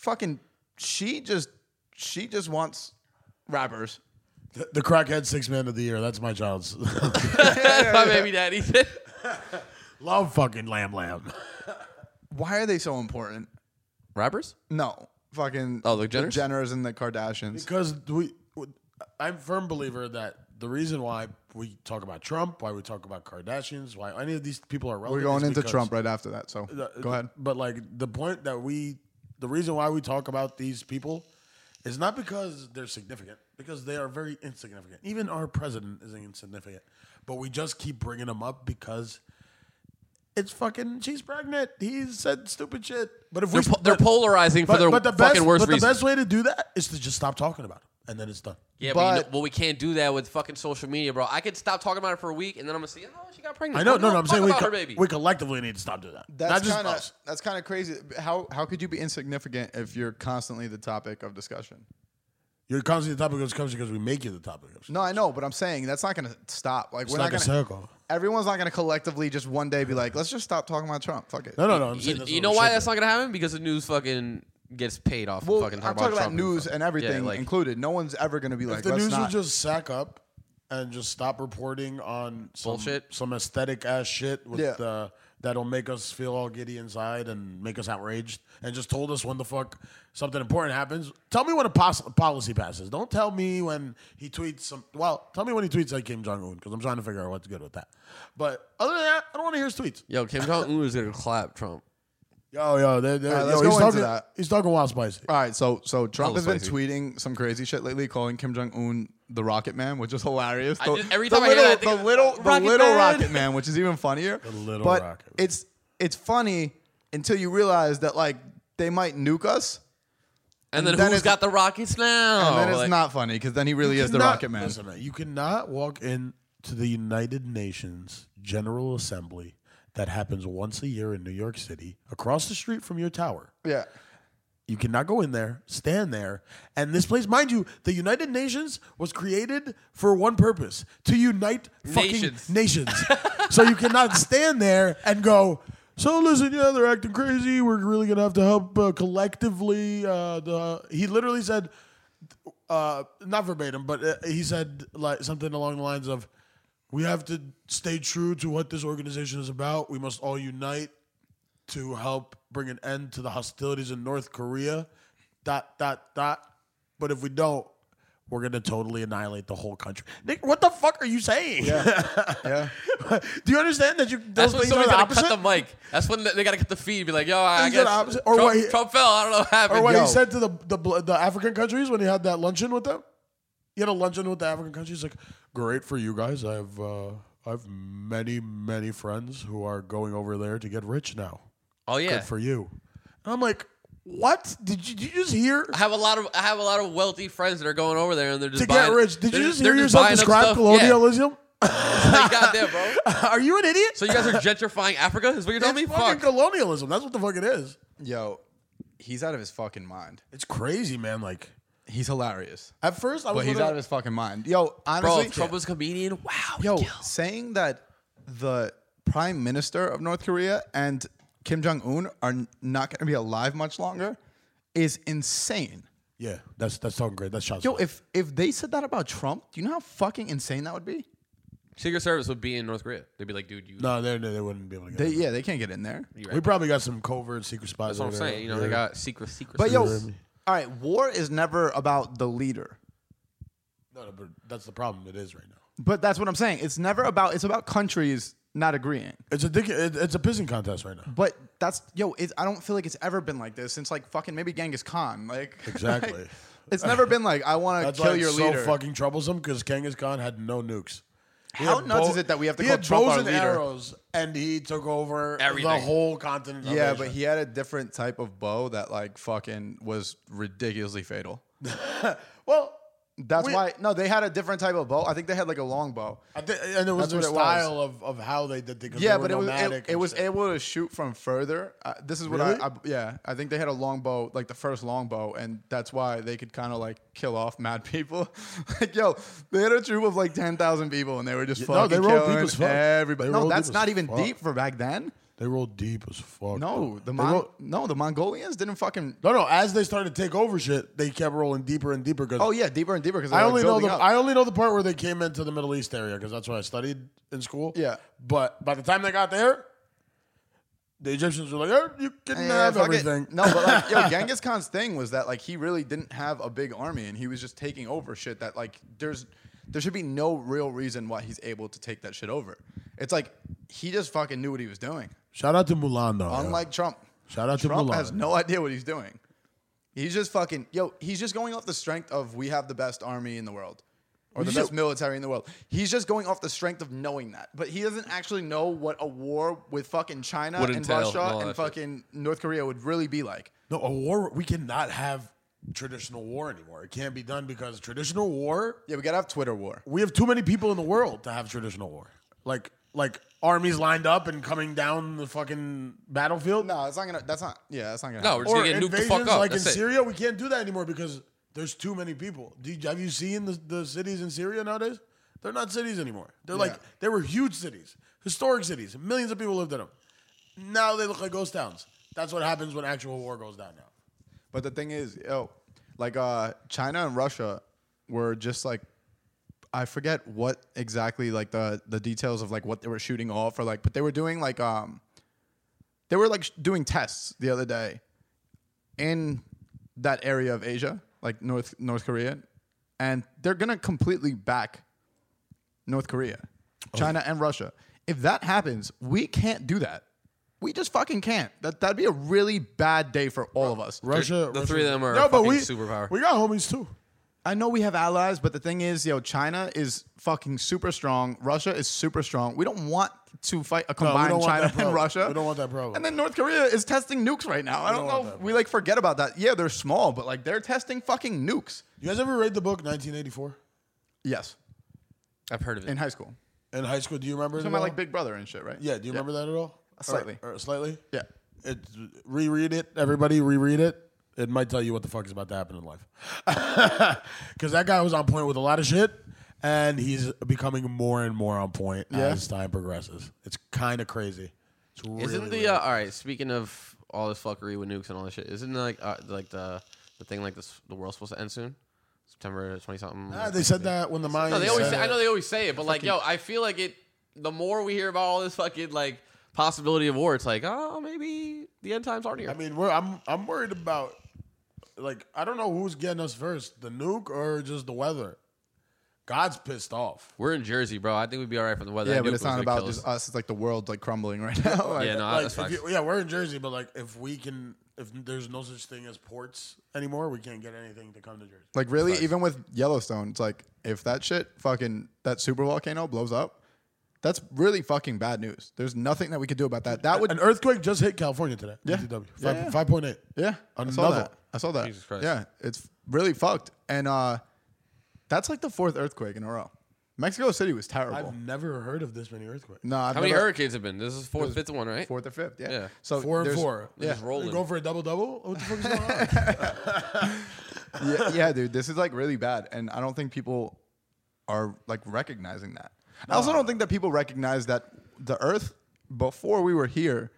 B: Fucking, she just she just wants rappers.
D: the, the crackhead six man of the year. That's my child's [LAUGHS]
C: my baby daddy.
D: love. Fucking lamb lamb. [LAUGHS]
B: Why are they so important?
C: Rappers.
B: No, fucking
C: Oh, the Jenners?
B: Jenners and the Kardashians.
D: Because we, I'm firm believer that the reason why we talk about Trump, why we talk about Kardashians, why any of these people are relevant.
B: We're
D: is
B: going into
D: because-
B: Trump right after that. So go ahead.
D: But like the point that we, the reason why we talk about these people, is not because they're significant, because they are very insignificant. Even our president is insignificant, but we just keep bringing them up because. It's fucking. She's pregnant. He said stupid shit. But if
C: They're,
D: we,
C: po- they're
D: but-
C: polarizing for their fucking
D: best,
C: worst
D: But
C: reasons.
D: the best way to do that is to just stop talking about it, and then it's done.
C: yeah, but, you
B: but-
C: know, well, we can't do that with fucking social media, bro. I could stop talking about it for a week, and then I'm gonna see. Oh, she got pregnant.
D: I know.
C: Fuck
D: No,
C: it,
D: no. I'm
C: talk
D: saying we,
C: about
D: co-
C: her baby.
D: we collectively need to stop doing that. Not
B: That's
D: just
B: kind of
D: us.
B: that's kind of crazy. How how could you be insignificant if you're constantly the topic of discussion?
D: You're constantly the topic of discussion because we make you the topic of discussion.
B: No, I know, but I'm saying that's not going to stop. Like we're
D: like
B: not
D: a
B: going
D: circle.
B: Everyone's not going to collectively just one day be like, let's just stop talking about Trump. Fuck it.
D: No, no, no. I'm saying
C: you,
D: that's
C: you
D: what
C: know
D: we
C: why
D: should
C: that's
D: do.
C: not gonna happen because the news fucking gets paid off.
B: Well,
C: from fucking
B: I'm talking about,
C: Trump
B: news
C: fuck.
B: and everything
C: Yeah, like,
B: included. No one's ever going to be like,
D: If the
B: let's
D: news
B: not.
D: would just sack up and just stop reporting on some,
C: Bullshit.
D: some aesthetic ass shit with
B: Yeah.
D: uh, that'll make us feel all giddy inside and make us outraged, and just told us when the fuck something important happens. Tell me when a pos- policy passes. Don't tell me when he tweets some. Well, tell me when he tweets like Kim Jong Un because I'm trying to figure out what's good with that. But other than that, I don't want to hear his tweets.
C: yo, Kim Jong Un is gonna clap Trump.
D: Yo, yo, they're, they're,
B: All right,
D: yo,
B: let's go
D: he's
B: into
D: talking,
B: that.
D: He's talking wild spicy.
B: all right, so so Trump has
C: Hella
B: been
C: spicy.
B: tweeting some crazy shit lately, calling Kim Jong Un the Rocket Man, which is hilarious. The,
C: just- every
B: the
C: time I hear
B: little,
C: that, I think
B: the
C: of-
B: little, the
C: Rocket
B: little
C: Man.
B: Rocket Man, which is even
D: [LAUGHS]
B: funnier. The
D: little
B: but
D: Rocket Man.
B: it's it's funny until you realize that like they might nuke us,
C: And then,
B: then
C: who's
B: it's-
C: got the Rockets now?
B: and then it's
C: Oh, Like,
B: not funny because then he really is the
D: cannot-
B: Rocket Man.
D: Listen, man, you cannot walk into the United Nations General Assembly that happens once a year in New York City, across the street from your tower.
B: Yeah.
D: You cannot go in there, stand there. And this place, mind you, the United Nations was created for one purpose to unite fucking
C: Nations.
D: [LAUGHS] nations. so you cannot stand there and go, so listen, yeah, they're acting crazy. We're really going to have to help uh, collectively. Uh, the, he literally said, uh, not verbatim, but uh, he said like something along the lines of, "We have to stay true to what this organization is about. We must all unite to help bring an end to the hostilities in North Korea." Dot dot dot. But if we don't, we're gonna totally annihilate the whole country. Nick, what the fuck are you saying? [LAUGHS]
B: Yeah.
D: Do you understand that you
C: That's
D: those
C: when
D: things are
C: somebody's
D: the
C: gotta
D: opposite?
C: cut the mic. That's when they gotta cut the feed. Be like, yo, I
D: Things are
C: guess
D: the opposite. Or
C: Trump,
D: what he-
C: Trump fell. I don't know what happened.
D: or what
C: yo.
D: he said to the, the bl- the African countries when he had that luncheon with them. He had a luncheon with the African countries. Like, great for you guys. I have uh, I have many many friends who are going over there to get rich now.
C: oh yeah,
D: Good for you. And I'm like, what? Did you, did you just hear?
C: I have a lot of I have a lot of wealthy friends that are going over there and they're just
D: To
C: buying,
D: get rich, did you
C: they're-
D: just
C: they're
D: hear yourself
C: buying up
D: describe
C: stuff.
D: colonialism? [LAUGHS]
C: Yeah. [LAUGHS] like, goddamn, bro.
D: are you an idiot?
C: So you guys are gentrifying Africa? Is what you're telling
D: it's
C: me?
D: fucking
C: Fuck.
D: colonialism. That's what the fuck it is.
B: Yo, he's out of his fucking mind.
D: It's crazy, man. Like
B: He's hilarious.
D: at first, I was
B: But he's
D: literally-
B: out of his fucking mind. Yo,
C: Bro,
B: honestly,
C: if Trump was a comedian. Wow.
B: yo, saying that the prime minister of North Korea and Kim Jong Un are n- not going to be alive much longer is insane.
D: yeah. That's that's talking great. That's shots.
B: Yo, if if they said that about Trump, do you know how fucking insane that would be?
C: Secret Service would be in North Korea. They'd be like, dude, you.
D: no, they, they wouldn't be able to get.
B: They,
D: it.
B: yeah, they can't get in there.
D: We probably got some covert secret
C: That's
D: spies.
C: what I'm
D: over there.
C: saying. You know, they
D: Yeah.
C: got secret, secret.
B: But yo,
C: service.
B: all right, war is never about the leader.
D: No, no, but that's the problem. It is right now.
B: But that's what I'm saying. It's never about. It's about countries not agreeing.
D: It's a dick, it, It's a pissing contest right now.
B: But that's yo. It's, I don't feel like it's ever been like this since like fucking maybe Genghis Khan. Like [LAUGHS]
D: Exactly.
B: like, it's never been like I want to
D: That's
B: kill
D: why it's
B: your
D: so
B: leader.
D: fucking troublesome because Genghis Khan had no nukes. He
B: How
D: had
B: nuts
D: bow-
B: is it that we have to
D: he
B: call
D: had
B: Trump
D: bows
B: our
D: and
B: leader?
D: arrows, and he took over the
C: Everything.
D: whole continent. of
B: yeah,
D: Asia.
B: but he had a different type of bow that like fucking was ridiculously fatal.
D: [LAUGHS] well,
B: That's
D: We-
B: why no, they had a different type of bow. I think they had like a long bow.
D: I thi- and it was
B: That's
D: their
B: what it was.
D: style of, of how they did things.
B: Yeah,
D: they
B: but it
D: were
B: was
D: nomadic
B: it, it
D: and
B: was
D: shit.
B: able to shoot from further. Uh, this is what
D: Really?
B: I, I yeah. I think they had a longbow, like the first longbow, and that's why they could kind of like kill off mad [LAUGHS] people. like yo, they had a troop of like ten thousand people, and they were just fucking
D: no, they rolled deep
B: killing
D: as fuck.
B: everybody.
D: They
B: No,
D: rolled
B: that's
D: deep as
B: not even
D: fuck.
B: deep for back then.
D: they rolled deep as fuck.
B: No, the
D: They
B: Mon-
D: rolled-
B: no the Mongolians didn't fucking.
D: no, no. As they started to take over shit, they kept rolling deeper and deeper. Because
B: Oh yeah, deeper and deeper because
D: I only know the
B: Up.
D: I only know the part where they came into the Middle East area because that's what I studied in school.
B: Yeah.
D: but by the time they got there, the Egyptians were like, "Oh, you can
B: Yeah,
D: have
B: fuck it.
D: everything."
B: No, but like,
D: [LAUGHS]
B: yo, Genghis Khan's thing was that like he really didn't have a big army, and he was just taking over shit that like there's there should be no real reason why he's able to take that shit over. It's like he just fucking knew what he was doing.
D: Shout out to Mulan though.
B: Unlike Trump,
D: Shout out to
B: Trump
D: Mulan.
B: has no idea what he's doing. He's just fucking yo. He's just going off the strength of we have the best army in the world. Or the
D: You-
B: best military in the world. He's just going off the strength of knowing that, but he doesn't actually know what a war with fucking China
C: Would
B: and
C: entail and
B: Russia
C: all
B: and
C: that shit.
B: fucking North Korea would really be like.
D: No, a war. We cannot have traditional war anymore. It can't be done because traditional war.
B: Yeah, we gotta have Twitter war.
D: We have too many people in the world to have traditional war. Like like armies lined up and coming down the fucking battlefield.
B: No, it's not gonna. That's not. Yeah, that's not gonna.
C: No,
B: happen.
C: we're just gonna get nuked the fuck up.
D: like
C: That's
D: in
C: it.
D: Syria, we can't do that anymore because there's too many people. Do you, have you seen the, the cities in Syria nowadays? They're not cities anymore. They're like they were huge cities, historic cities. Millions of people lived in them. Now they look like ghost towns. That's what happens when actual war goes down now.
B: But the thing is, yo, like uh, China and Russia were just like, I forget what exactly like the the details of like what they were shooting off or like, but they were doing like um, they were like sh- doing tests the other day, in that area of Asia, like North North Korea, and they're gonna completely back North Korea, China and Russia. If that happens, we can't do that. We just fucking can't. That that'd be a really bad day for all of us.
D: Russia,
C: the three of them are a
D: but
C: fucking
D: we
C: superpower.
D: We got homies too.
B: I know we have allies, but the thing is, yo, China is fucking super strong. Russia is super strong. We don't want to fight a
D: we
B: combined
D: don't want
B: China
D: that
B: and
D: problem.
B: Russia.
D: We don't want that problem.
B: And then North Korea is testing nukes right now. I don't,
D: don't want
B: know.
D: that
B: We like forget about that. Yeah, they're small, but like they're testing fucking nukes.
D: You guys ever read the book 1984
B: Yes,
C: I've heard of it.
B: in high school.
D: in high school? Do you remember? it
B: Talking
D: at
B: about
D: all?
B: like Big Brother and shit, right?
D: Yeah, do you remember that at all?
C: Uh,
B: Slightly.
D: Or, or slightly?
B: Yeah.
D: It, reread it, everybody, reread it. It might tell you what the fuck is about to happen in life. [LAUGHS] Because that guy was on point with a lot of shit, and he's becoming more and more on point as time progresses. It's kind of crazy. It's really
C: Isn't the
D: weird.
C: uh, all right? Speaking of all this fuckery with nukes and all this shit, isn't like uh, like the the thing like this? The world's supposed to end soon, September twenty something.
D: Ah, they said that when the Mayans.
C: No, they always.
D: said
C: Say, I
D: it.
C: know they always say it, but like, yo, I feel like it. The more we hear about all this fucking like possibility of war, it's like, oh, maybe the end times aren't here.
D: I mean, we're, I'm I'm worried about like I don't know who's getting us first, the nuke or just the weather. God's pissed off.
C: We're in Jersey, bro. I think we'd be all right from the weather.
B: Yeah,
C: That
B: but
C: nuke
B: it's
C: was
B: not
C: gonna
B: about
C: kill us.
B: just us. It's like the world like crumbling right [LAUGHS] now. Like,
C: Yeah, no,
D: Like,
C: that's
D: if
C: facts.
D: you- yeah, we're in Jersey, but like if we can, if there's no such thing as ports anymore, we can't get anything to come to Jersey.
B: Like really, even with Yellowstone, it's like if that shit fucking that super volcano blows up, that's really fucking bad news. There's nothing that we could do about that. That would
D: An earthquake just hit California today.
B: Yeah.
D: DTW.
B: Yeah,
D: Five-
B: yeah.
D: 5.8.
B: yeah. I saw
D: Another.
B: that. I saw that.
C: Jesus Christ.
B: Yeah, it's really fucked. And uh that's like the fourth earthquake in a row. Mexico City was terrible.
D: I've never heard of this many earthquakes.
B: no, I've
C: How many
B: never-
C: hurricanes have been? This is fourth, fifth one, right?
B: Fourth or fifth? Yeah.
C: Yeah.
B: So
D: Four and
B: there's-
D: four.
C: They're Just
D: You
C: rolling.
D: go for a double double? What the fuck is [LAUGHS] going on?
B: yeah, yeah, dude, this is like really bad, and I don't think people are like recognizing that. I also don't think that people recognize that the Earth before we were here.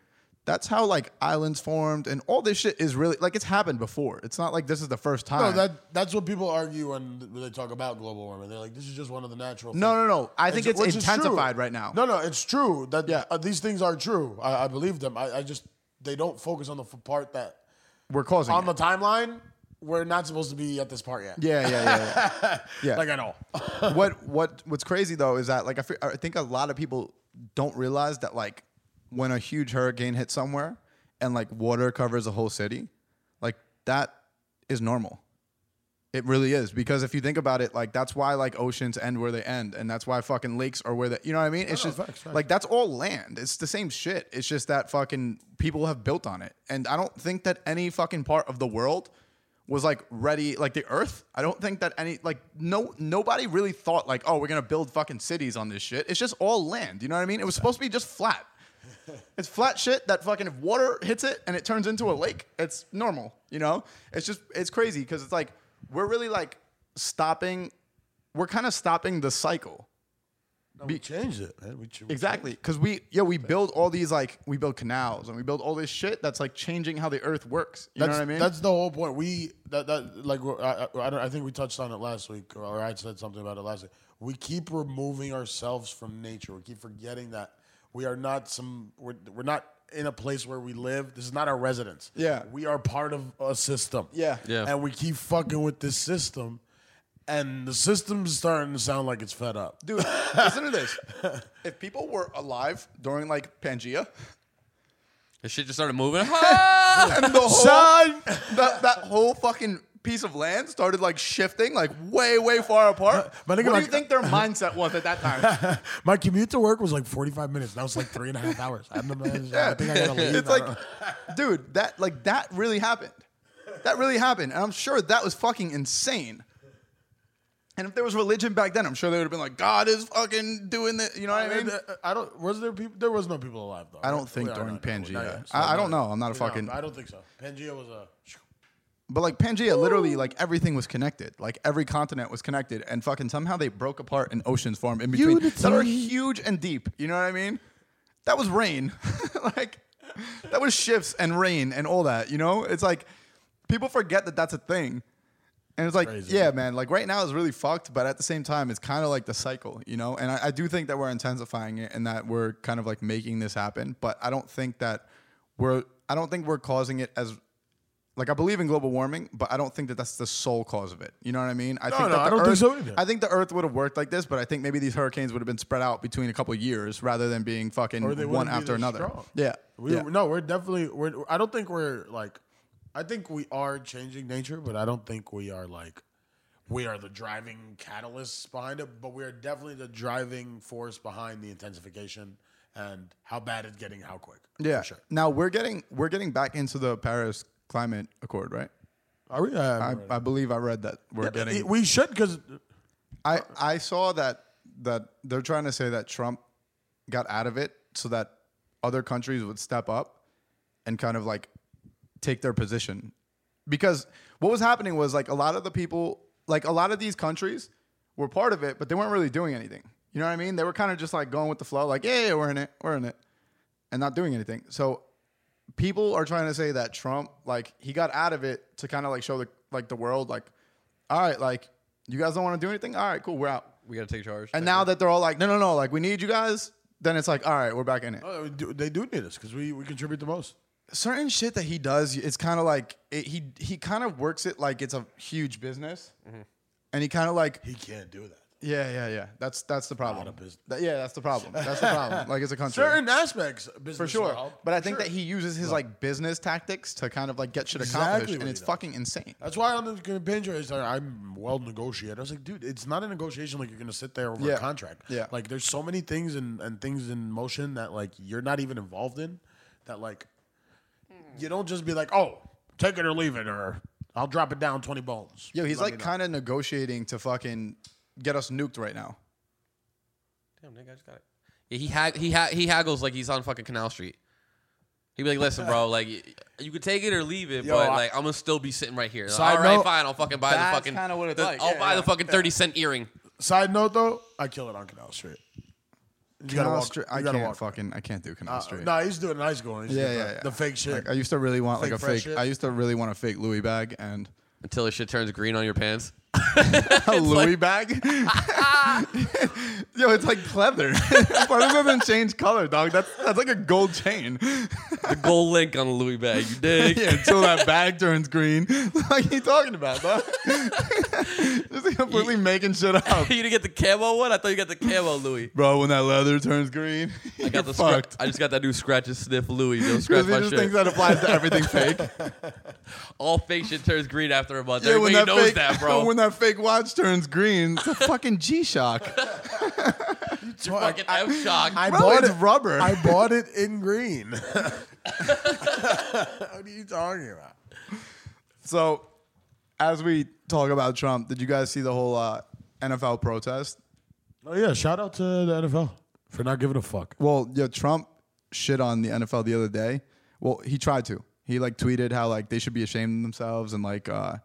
B: That's how like islands formed, and all this shit is really like it's happened before. It's not like this is the first
D: no,
B: time.
D: that that's what people argue when they talk about global warming. They're like, this is just one of the natural.
B: no,
D: things.
B: no, no. I think it's,
D: which is true.
B: intensified right now.
D: No, no, it's true that
B: Yeah.
D: uh, these things are true. I, I believe them. I, I just they don't focus on the f- part that
B: we're causing.
D: on
B: it.
D: the timeline we're not supposed to be at this part yet.
B: yeah, yeah, yeah.
D: [LAUGHS]
B: yeah. Yeah. [LAUGHS]
D: like at all.
B: what what what's crazy though is that like I, fe- I think a lot of people don't realize that like when a huge hurricane hits somewhere and like water covers a whole city, like that is normal. It really is because if you think about it, like that's why like oceans end where they end, and that's why fucking lakes are where they. You know what I mean? It's just
D: facts, facts.
B: like that's all land. It's the same shit. It's just that fucking people have built on it, and I don't think that any fucking part of the world was like ready. Like the Earth, I don't think that any like no nobody really thought like oh we're gonna build fucking cities on this shit. It's just all land. You know what I mean? It was supposed to be just flat. It's flat shit that fucking if water hits it and it turns into a lake, it's normal. You know, it's just it's crazy because it's like we're really like stopping. We're kind of stopping the cycle
D: we changed it, man. We ch- we
B: exactly because we yeah we build all these like we build canals and we build all this shit that's like changing how the earth works. You
D: That's,
B: know what I mean? [LAUGHS]
D: that's the whole point. We that that like I, I, I don't I think we touched on it last week, or I said something about it last week. We keep removing ourselves from nature. We keep forgetting that we are not some. We're, we're not in a place where we live. This is not our residence.
B: Yeah.
D: we are part of a system.
B: Yeah.
C: Yeah.
D: and we keep fucking with this system, and the system's starting to sound like it's fed up.
B: Dude, listen to this. If people were alive during like Pangea, [LAUGHS]
C: This shit just started moving. [LAUGHS] Ah!
B: and the whole
D: Son!
B: that, that whole fucking piece of land started like shifting like way way far [LAUGHS] apart.
D: My nigga,
B: what do
D: like-
B: you think their mindset was at that time?
D: My commute to work was like 45 minutes. Now it's like three and a half hours. I'm the man. I think I
B: [LAUGHS]
D: gotta leave.
B: it's
D: I
B: like,
D: don't know.
B: [LAUGHS] dude, that like that really happened. That really happened, and I'm sure that was fucking insane. And if there was religion back then, I'm sure they would have been like, God is fucking doing this. You know what I mean?
D: Uh, I don't. Was there people? There was no people alive though.
B: I don't think
D: Yeah,
B: during
D: no, no,
B: Pangea.
D: not yet. So
B: I, I don't
D: not-
B: know. I'm not a
D: no,
B: fucking.
D: I don't think so. Pangea was a.
B: But like Pangea, literally, like everything was connected. Like every continent was connected, and fucking somehow they broke apart and oceans formed in between that are huge and deep. You know what I mean? That was rain, [LAUGHS] like that was shifts and rain and all that. You know, it's like people forget that that's a thing, and it's like,
D: Crazy.
B: yeah, man, like right now is really fucked, but at the same time, it's kind of like the cycle, you know. And I, I do think that we're intensifying it and that we're kind of like making this happen, but I don't think that we're I don't think we're causing it as like I believe in global warming, but I don't think that that's the sole cause of it. You know what I mean? I think
D: no,
B: that
D: I
B: the
D: don't think
B: Earth-
D: so either.
B: I think the Earth would have worked like this, but I think maybe these hurricanes would have been spread out between a couple of years rather than being fucking
D: Or they
B: one
D: wouldn't be
B: after
D: this
B: another.
D: strong.
B: Yeah,
D: We,
B: yeah.
D: No, we're definitely. We're. I don't think we're like. I think we are changing nature, but I don't think we are like. we are the driving catalysts behind it, but we are definitely the driving force behind the intensification and how bad it's getting, how quick.
B: Yeah.
D: for sure.
B: Now we're getting we're getting back into the Paris Climate Accord, right?
D: Are we? Uh,
B: I, I believe I read that we're getting.
D: we should because
B: I I saw that that they're trying to say that Trump got out of it so that other countries would step up and kind of like take their position because what was happening was like a lot of the people like a lot of these countries were part of it but they weren't really doing anything you know what i mean they were kind of just like going with the flow like yeah, yeah we're in it we're in it and not doing anything so people are trying to say that trump like he got out of it to kind of like show the like the world like all right like you guys don't want to do anything all right cool we're out
C: We gotta take charge.
B: and now that they're all like no no no like we need you guys then it's like all right we're back in it
D: oh, they do- they do need us because we, we contribute the most.
B: certain shit that he does, it's kind of like it, he he kind of works it like it's a huge business,
D: Mm-hmm.
B: and he kind of like
D: He can't do that.
B: yeah yeah yeah. That's that's the problem.
D: of business.
B: That- yeah, that's the problem. That's the
D: [LAUGHS]
B: problem. like it's a country
D: Certain aspects, business
B: for sure.
D: will,
B: But I
D: for
B: think
D: sure.
B: that he uses his like business tactics to kind of like get shit
D: Exactly
B: accomplished,
D: what
B: and
D: he
B: it's
D: does.
B: fucking insane.
D: That's why on the Pinterest, he's like, I'm well negotiated. I was like, dude, it's not a negotiation like you're gonna sit there over
B: Yeah.
D: a contract.
B: Yeah.
D: Like there's so many things and, and things in motion that like you're not even involved in that like
B: Hmm.
D: you don't just be like, Oh, take it or leave it or I'll drop it down twenty bones.
B: Yo, he's
D: Let
B: like
D: me know.
B: kind of negotiating to fucking get us nuked right now.
C: Damn, nigga, I just got it. Yeah, he hag- he ha- he haggles like he's on fucking Canal Street. He'd be like, "Listen, bro, like y- you could take it or leave it,
D: Yo,
C: but
D: I-
C: like I'm gonna still be sitting right here. Like,
D: Side
C: All right,
D: note,
C: fine, I'll fucking buy
B: that's
C: the fucking.
B: kinda what it's
C: the-
B: like,
C: I'll
B: yeah,
C: buy
B: yeah.
C: the fucking thirty cent earring.
D: Side note though, I kill it on Canal Street. You gotta
B: Canal
D: walk.
B: Stre-
D: you
B: I
D: gotta
B: can't
D: walk.
B: fucking I can't do Canal
D: Uh,
B: Street.
D: no, I used to do it in high school. and I used to
B: yeah,
D: do
B: yeah,
D: the-
B: yeah.
D: The fake shit.
B: Like, I used to really want
D: Fake
B: like a
D: fresh
B: fake.
D: shit.
B: I used to really want a fake Louis bag
D: [LAUGHS]
B: and
C: Until his shit turns green on your pants.
B: a Louis
D: [LAUGHS]
B: bag. [LAUGHS] Yo, it's like pleather. [LAUGHS] Part of it doesn't change color, dog. That's that's like a gold
D: [LAUGHS]
B: chain. [LAUGHS]
C: The gold [LAUGHS] link on the Louis bag. You dig?
B: yeah, until that bag turns green. [LAUGHS] like you talking about, dog? [LAUGHS] Just completely making shit up.
C: [LAUGHS] you didn't get the camo one? I thought you got the camo
B: [LAUGHS]
C: Louis.
B: Bro, when that leather turns green, [LAUGHS]
C: I got the scr-
B: fucked.
C: I just got that new scratch and sniff
B: [LAUGHS]
C: Louis. Don't
B: Because
C: scratch
B: he
C: my
B: just
C: shit.
B: thinks that applies to
D: [LAUGHS]
B: everything fake.
C: All fake shit turns green after a month. Everybody knows
B: fake, [LAUGHS]
C: that, bro.
B: when that fake watch turns green, it's a fucking
C: [LAUGHS]
B: G-Shock.
C: fucking
B: [LAUGHS]
C: F shock.
D: I
B: Bro,
D: bought
B: it's
D: it
B: rubber.
D: I bought it
B: [LAUGHS]
D: in green. what are you talking about?
B: So, as we talk about Trump, did you guys see the whole uh, NFL protest?
D: Oh yeah, shout out to the NFL for not giving a fuck.
B: Well, yeah, Trump shit on the NFL the other day. Well, he tried to. He like tweeted how like they should be ashamed of themselves and like uh,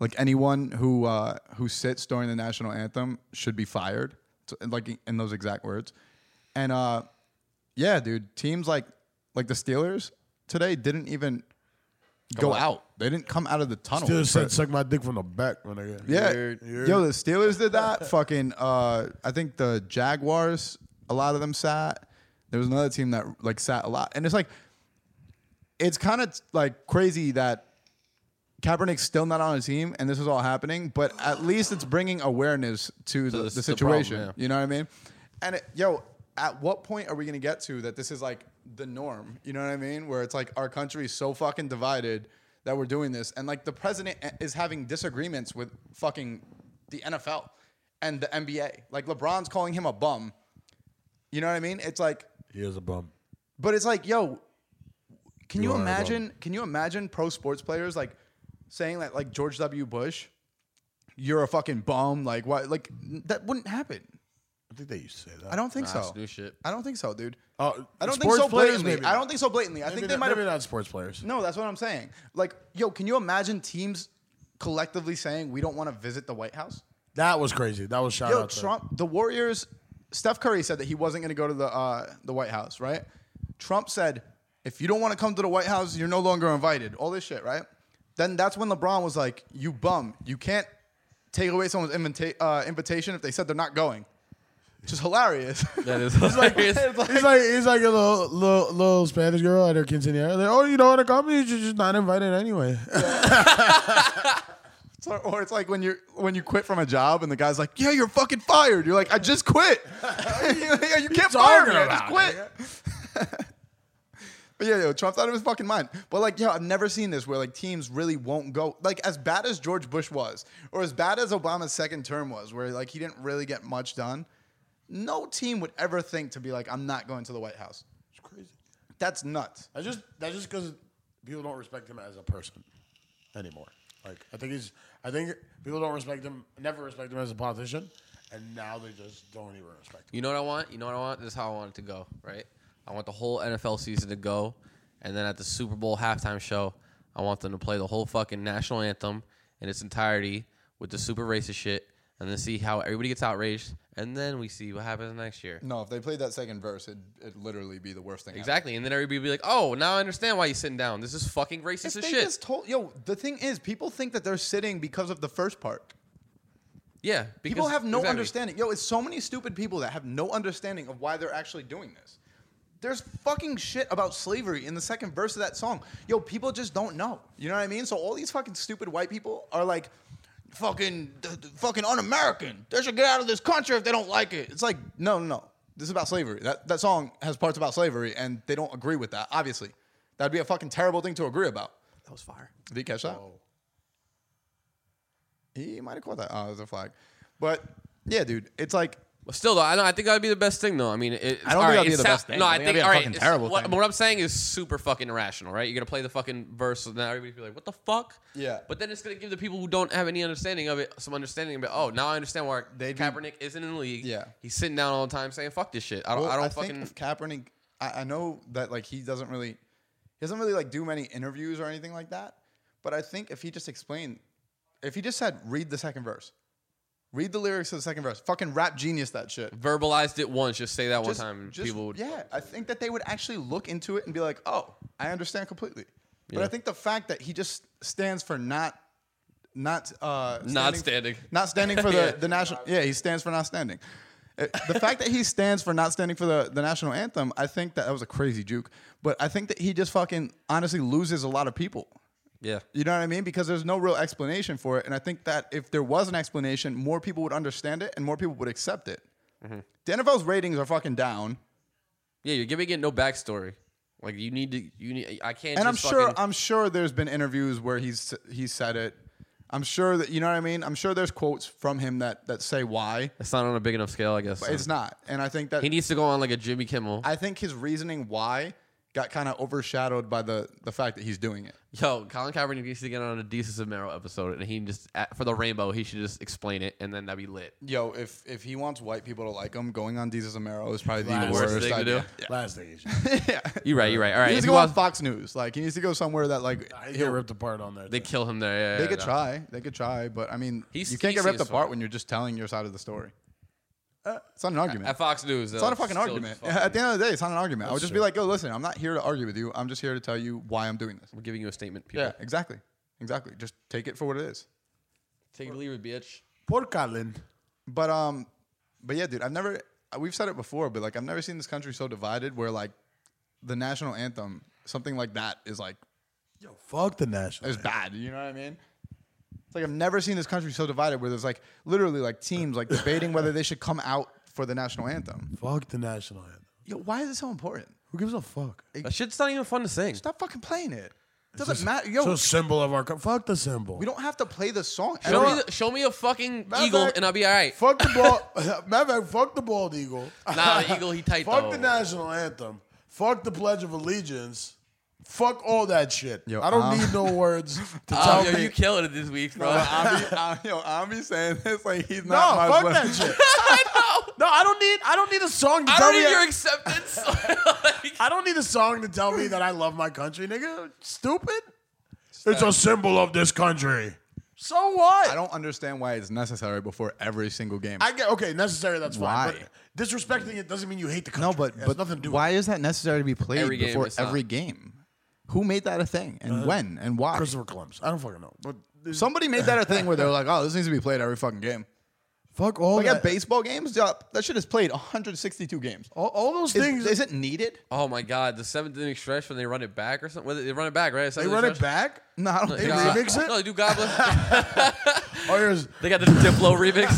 B: like anyone who uh, who sits during the national anthem should be fired. So, and, like in those exact words. And uh, yeah, dude, teams like like the Steelers today didn't even go out. They didn't come out of the tunnel.
D: Dude
B: for-
D: said suck my dick from the back when I get
B: Yeah.
C: Weird.
B: Yo, the Steelers did that. Fucking, uh, I think the Jaguars, a lot of them sat. There was another team that like sat a lot. And it's like, it's kind of like crazy that Kaepernick's still not on a team and this is all happening, but at least it's bringing awareness to the,
C: the-
B: the,
C: the problem,
B: situation.
C: yeah.
B: You know what I mean? And it, yo, at what point are we going to get to that this is like the norm? You know what I mean? Where it's like our country is so fucking divided that we're doing this. And like the president is having disagreements with fucking the NFL and the NBA. Like LeBron's calling him a bum. You know what I mean? It's like,
D: He is a bum.
B: but it's like, yo, can you,
D: are a bum.
B: imagine? Can you imagine pro sports players like saying that, like George W. Bush, you're a fucking bum. Like what? Like that wouldn't happen.
D: I think they used to say that.
B: I don't think
C: Nah,
B: so.
C: it's new shit.
B: I don't think so, dude. Uh,
D: Oh,
B: I don't think
D: sports
B: so
D: players,
B: blatantly.
D: maybe
B: I
D: not.
B: don't think so blatantly. I
D: Maybe
B: think they
D: not-
B: might have.
D: maybe not sports players.
B: No, that's what I'm saying. Like, yo, can you imagine teams collectively saying we don't want to visit the White House?
D: That was crazy. That was shout
B: Yo,
D: out. to-
B: Trump, the Warriors, Steph Curry said that he wasn't going to go to the uh, the White House, right? Trump said, if you don't want to come to the White House, you're no longer invited. All this shit, right? Then that's when LeBron was like, you bum, you can't take away someone's invita- uh, invitation if they said they're not going. Which is hilarious. [LAUGHS]
C: That is hilarious.
D: He's like he's like a little little, little Spanish girl at her quinceanera. Like, oh, you don't want to come? You're just not invited anyway. [LAUGHS]
B: So- or it's like when you when you quit from a job and the guy's like, yeah, you're fucking fired. You're like, I just [LAUGHS] quit. you can't fire me.
D: talking
B: I just
D: about,
B: quit. [LAUGHS] But yeah, yo, Trump's out of his fucking mind. But like, yo, I've never seen this where like teams really won't go like as bad as George Bush was, or as bad as Obama's second term was, where like he didn't really get much done. No team would ever think to be like, I'm not going to the White House.
D: It's crazy.
B: That's nuts.
D: That's just that's just because people don't respect him as a person anymore. Like I think he's I think people don't respect him, never respect him as a politician, and now they just don't even respect him.
C: You know what I want? You know what I want? This is how I want it to go, right? I want the whole NFL season to go, and then at the Super Bowl halftime show, I want them to play the whole fucking national anthem in its entirety with the super racist shit, and then see how everybody gets outraged, and then we see what happens next year.
B: No, if they played that second verse, it'd, it'd literally be the worst thing. ever.
C: Exactly, and then everybody be like, "Oh, now I understand why he's sitting down. This is fucking
B: If
C: racist as
B: they
C: shit."
B: just told yo, the thing is, people think that they're sitting because of the first part.
C: yeah, because,
B: People have no
C: exactly.
B: understanding. Yo, it's so many stupid people that have no understanding of why they're actually doing this. There's fucking shit about slavery in the second verse of that song. Yo, people just don't know. You know what I mean? So all these fucking stupid white people are like, fucking, th- th- fucking un-American. They should get out of this country if they don't like it. It's like, no, no, no. This is about slavery. That that song has parts about slavery, and they don't agree with that. Obviously, that'd be a fucking terrible thing to agree about.
C: That was fire.
B: Did he catch that? He might have caught that. Oh, it was a flag. But yeah, dude, it's like
C: Well, still though, I, don't, I think that'd be the best thing though. I mean, it, it's,
B: I don't think
C: all right,
B: that'd be
C: it
B: the
C: sounds-
B: best thing.
C: No,
B: I
C: I
B: think that'd
C: think
B: be a
C: all right,
B: fucking
C: it's-
B: terrible
C: what,
B: thing.
C: what I'm saying is super fucking irrational, right? You're gonna play the fucking verse, so now everybody's gonna be like, "What the fuck?"
B: Yeah.
C: But then it's gonna give the people who don't have any understanding of it some understanding of it. Oh, now I understand why
B: They'd be-
C: Kaepernick isn't in the league.
B: Yeah.
C: He's sitting down all the time saying, "Fuck this shit." I don't.
B: Well,
C: I don't
B: think
C: fucking.
B: if Kaepernick. I, I know that like he doesn't really, he doesn't really like do many interviews or anything like that. But I think if he just explained, if he just said, read the second verse, read the lyrics of the second verse, fucking rap genius that shit.
C: Verbalized it once. Just say that
B: Just-
C: one time.
B: just-
C: people would.
B: yeah, I think that they would actually look into it and be like, oh, I understand completely. But I
C: Yeah.
B: think the fact that he just stands for not, not, uh,
C: Not standing.
B: not standing
C: [LAUGHS]
B: for the,
C: Yeah.
B: the national, yeah, he stands for not standing. Uh, the fact that he stands for not standing for the, the national anthem, I think that that was a crazy juke. But I think that he just fucking honestly loses a lot of people.
C: Yeah.
B: You know what I mean? Because there's no real explanation for it. And I think that if there was an explanation, more people would understand it and more people would accept it.
C: Mm-hmm.
B: The NFL's ratings are fucking down.
C: Yeah. You're giving it no backstory. Like you need to. You need. I can't.
B: And I'm
C: just
B: sure
C: fucking-
B: I'm sure there's been interviews where he's he said it. I'm sure that you know what I mean? I'm sure there's quotes from him that that say why.
C: it's not on a big enough scale, I guess. so.
B: It's not. And I think that
C: He needs to go on like a Jimmy Kimmel.
B: I think his reasoning why got kind of overshadowed by the the fact that he's doing it.
C: Yo, Colin Kaepernick needs to get on a Desus of Mero episode, and he just at, for the rainbow, he should just explain it, and then that'd be lit.
B: Yo, if if he wants white people to like him, going on Jesus Amaro is probably
D: Last
B: the worst
C: thing to
B: idea.
C: do.
D: Last thing,
B: [LAUGHS]
C: You're right. You're right. All right,
B: He
C: if
B: needs to
C: he
B: go on
C: wants-
B: Fox News. Like he needs to go somewhere that like
D: I
B: he'll-
D: get ripped apart on that.
C: they
D: too.
C: kill him there. Yeah, yeah,
B: they could
C: yeah, no.
B: try. They could try, but I mean,
C: He's-
B: you can't
C: he's
B: get ripped
C: serious,
B: apart
C: though.
B: when you're just telling your side of the story. Uh, it's not an argument.
C: At Fox News,
B: it's not a fucking argument. [LAUGHS] At the end of the day, it's not an argument. I would just be like, yo, listen, I'm not here to argue with you. I'm just here to tell you why I'm doing this.
C: We're giving you a statement, people.
B: Yeah, exactly. Exactly. Just take it for what it is.
C: Take it or leave it, bitch.
D: Poor Colin.
B: But um, but yeah, dude, I've never we've said it before, but like I've never seen this country so divided where like the national anthem, something like that, is like
D: Yo, fuck the national.
B: is bad. You know what I mean? It's like I've never seen this country so divided where there's like literally like teams like debating whether they should come out for the national anthem.
D: Fuck the national anthem.
B: Yo, why is it so important?
D: Who gives a fuck?
C: That shit's not even fun to sing.
B: Stop fucking playing it. It doesn't matter. Yo,
D: it's a symbol of our co- fuck the symbol.
B: we don't have to play the song.
C: Show
B: Every-
C: me, the, show me a fucking
D: Matter of
C: eagle,
D: fact-
C: and I'll be all right.
D: fuck the ball. [LAUGHS] Matter of fact, fuck the bald eagle.
C: Nah, the eagle, he tight
D: Fuck
C: though.
D: the national anthem. Fuck the Pledge of Allegiance. Fuck all that shit.
B: Yo,
D: I don't
B: um,
D: need no words to
C: Oh,
D: tell
C: yo,
D: me.
C: you killing it this week, bro. [LAUGHS]
B: I'm [LAUGHS] be, I'm, yo, I'm be saying this like he's
D: no,
B: not my
D: fuck
B: bro- [LAUGHS]
D: that shit. No, I don't need. I don't need a song to
C: I
D: tell
C: don't need
D: me.
C: your
D: I,
C: acceptance. [LAUGHS]
B: [LAUGHS]
C: Like-
D: I don't need a song to tell me that I love my country, nigga. Stupid. It's a symbol of this country. So what?
B: I don't understand why it's necessary before every single game.
D: I get okay. Necessary. That's fine.
B: Why?
D: But disrespecting it doesn't mean you hate the country.
B: no, but
D: It has
B: but
D: nothing to do.
B: why
D: with
B: is that necessary to be played
C: Every game,
B: before
C: it's not.
B: every game? Who made that a thing and
D: Uh,
B: when and why?
D: Christopher Columbus? I don't fucking know. But
B: Somebody made that a thing where they're like, "Oh, this needs to be played every fucking game."
D: fuck all
B: Like
D: that.
B: at baseball games, yeah, that shit is played 162 games.
D: all, all those
B: Is,
D: things.
B: is it needed?
C: oh my god, the seventh inning stretch when they run it back or something. Whether They run it back, right?
D: they run it back.
B: No, I don't think
D: God.
B: so.
D: remix it?
C: No, they do God
B: [LAUGHS]
C: bless.
D: Oh, here's
B: [LAUGHS]
C: They got the Diplo remix.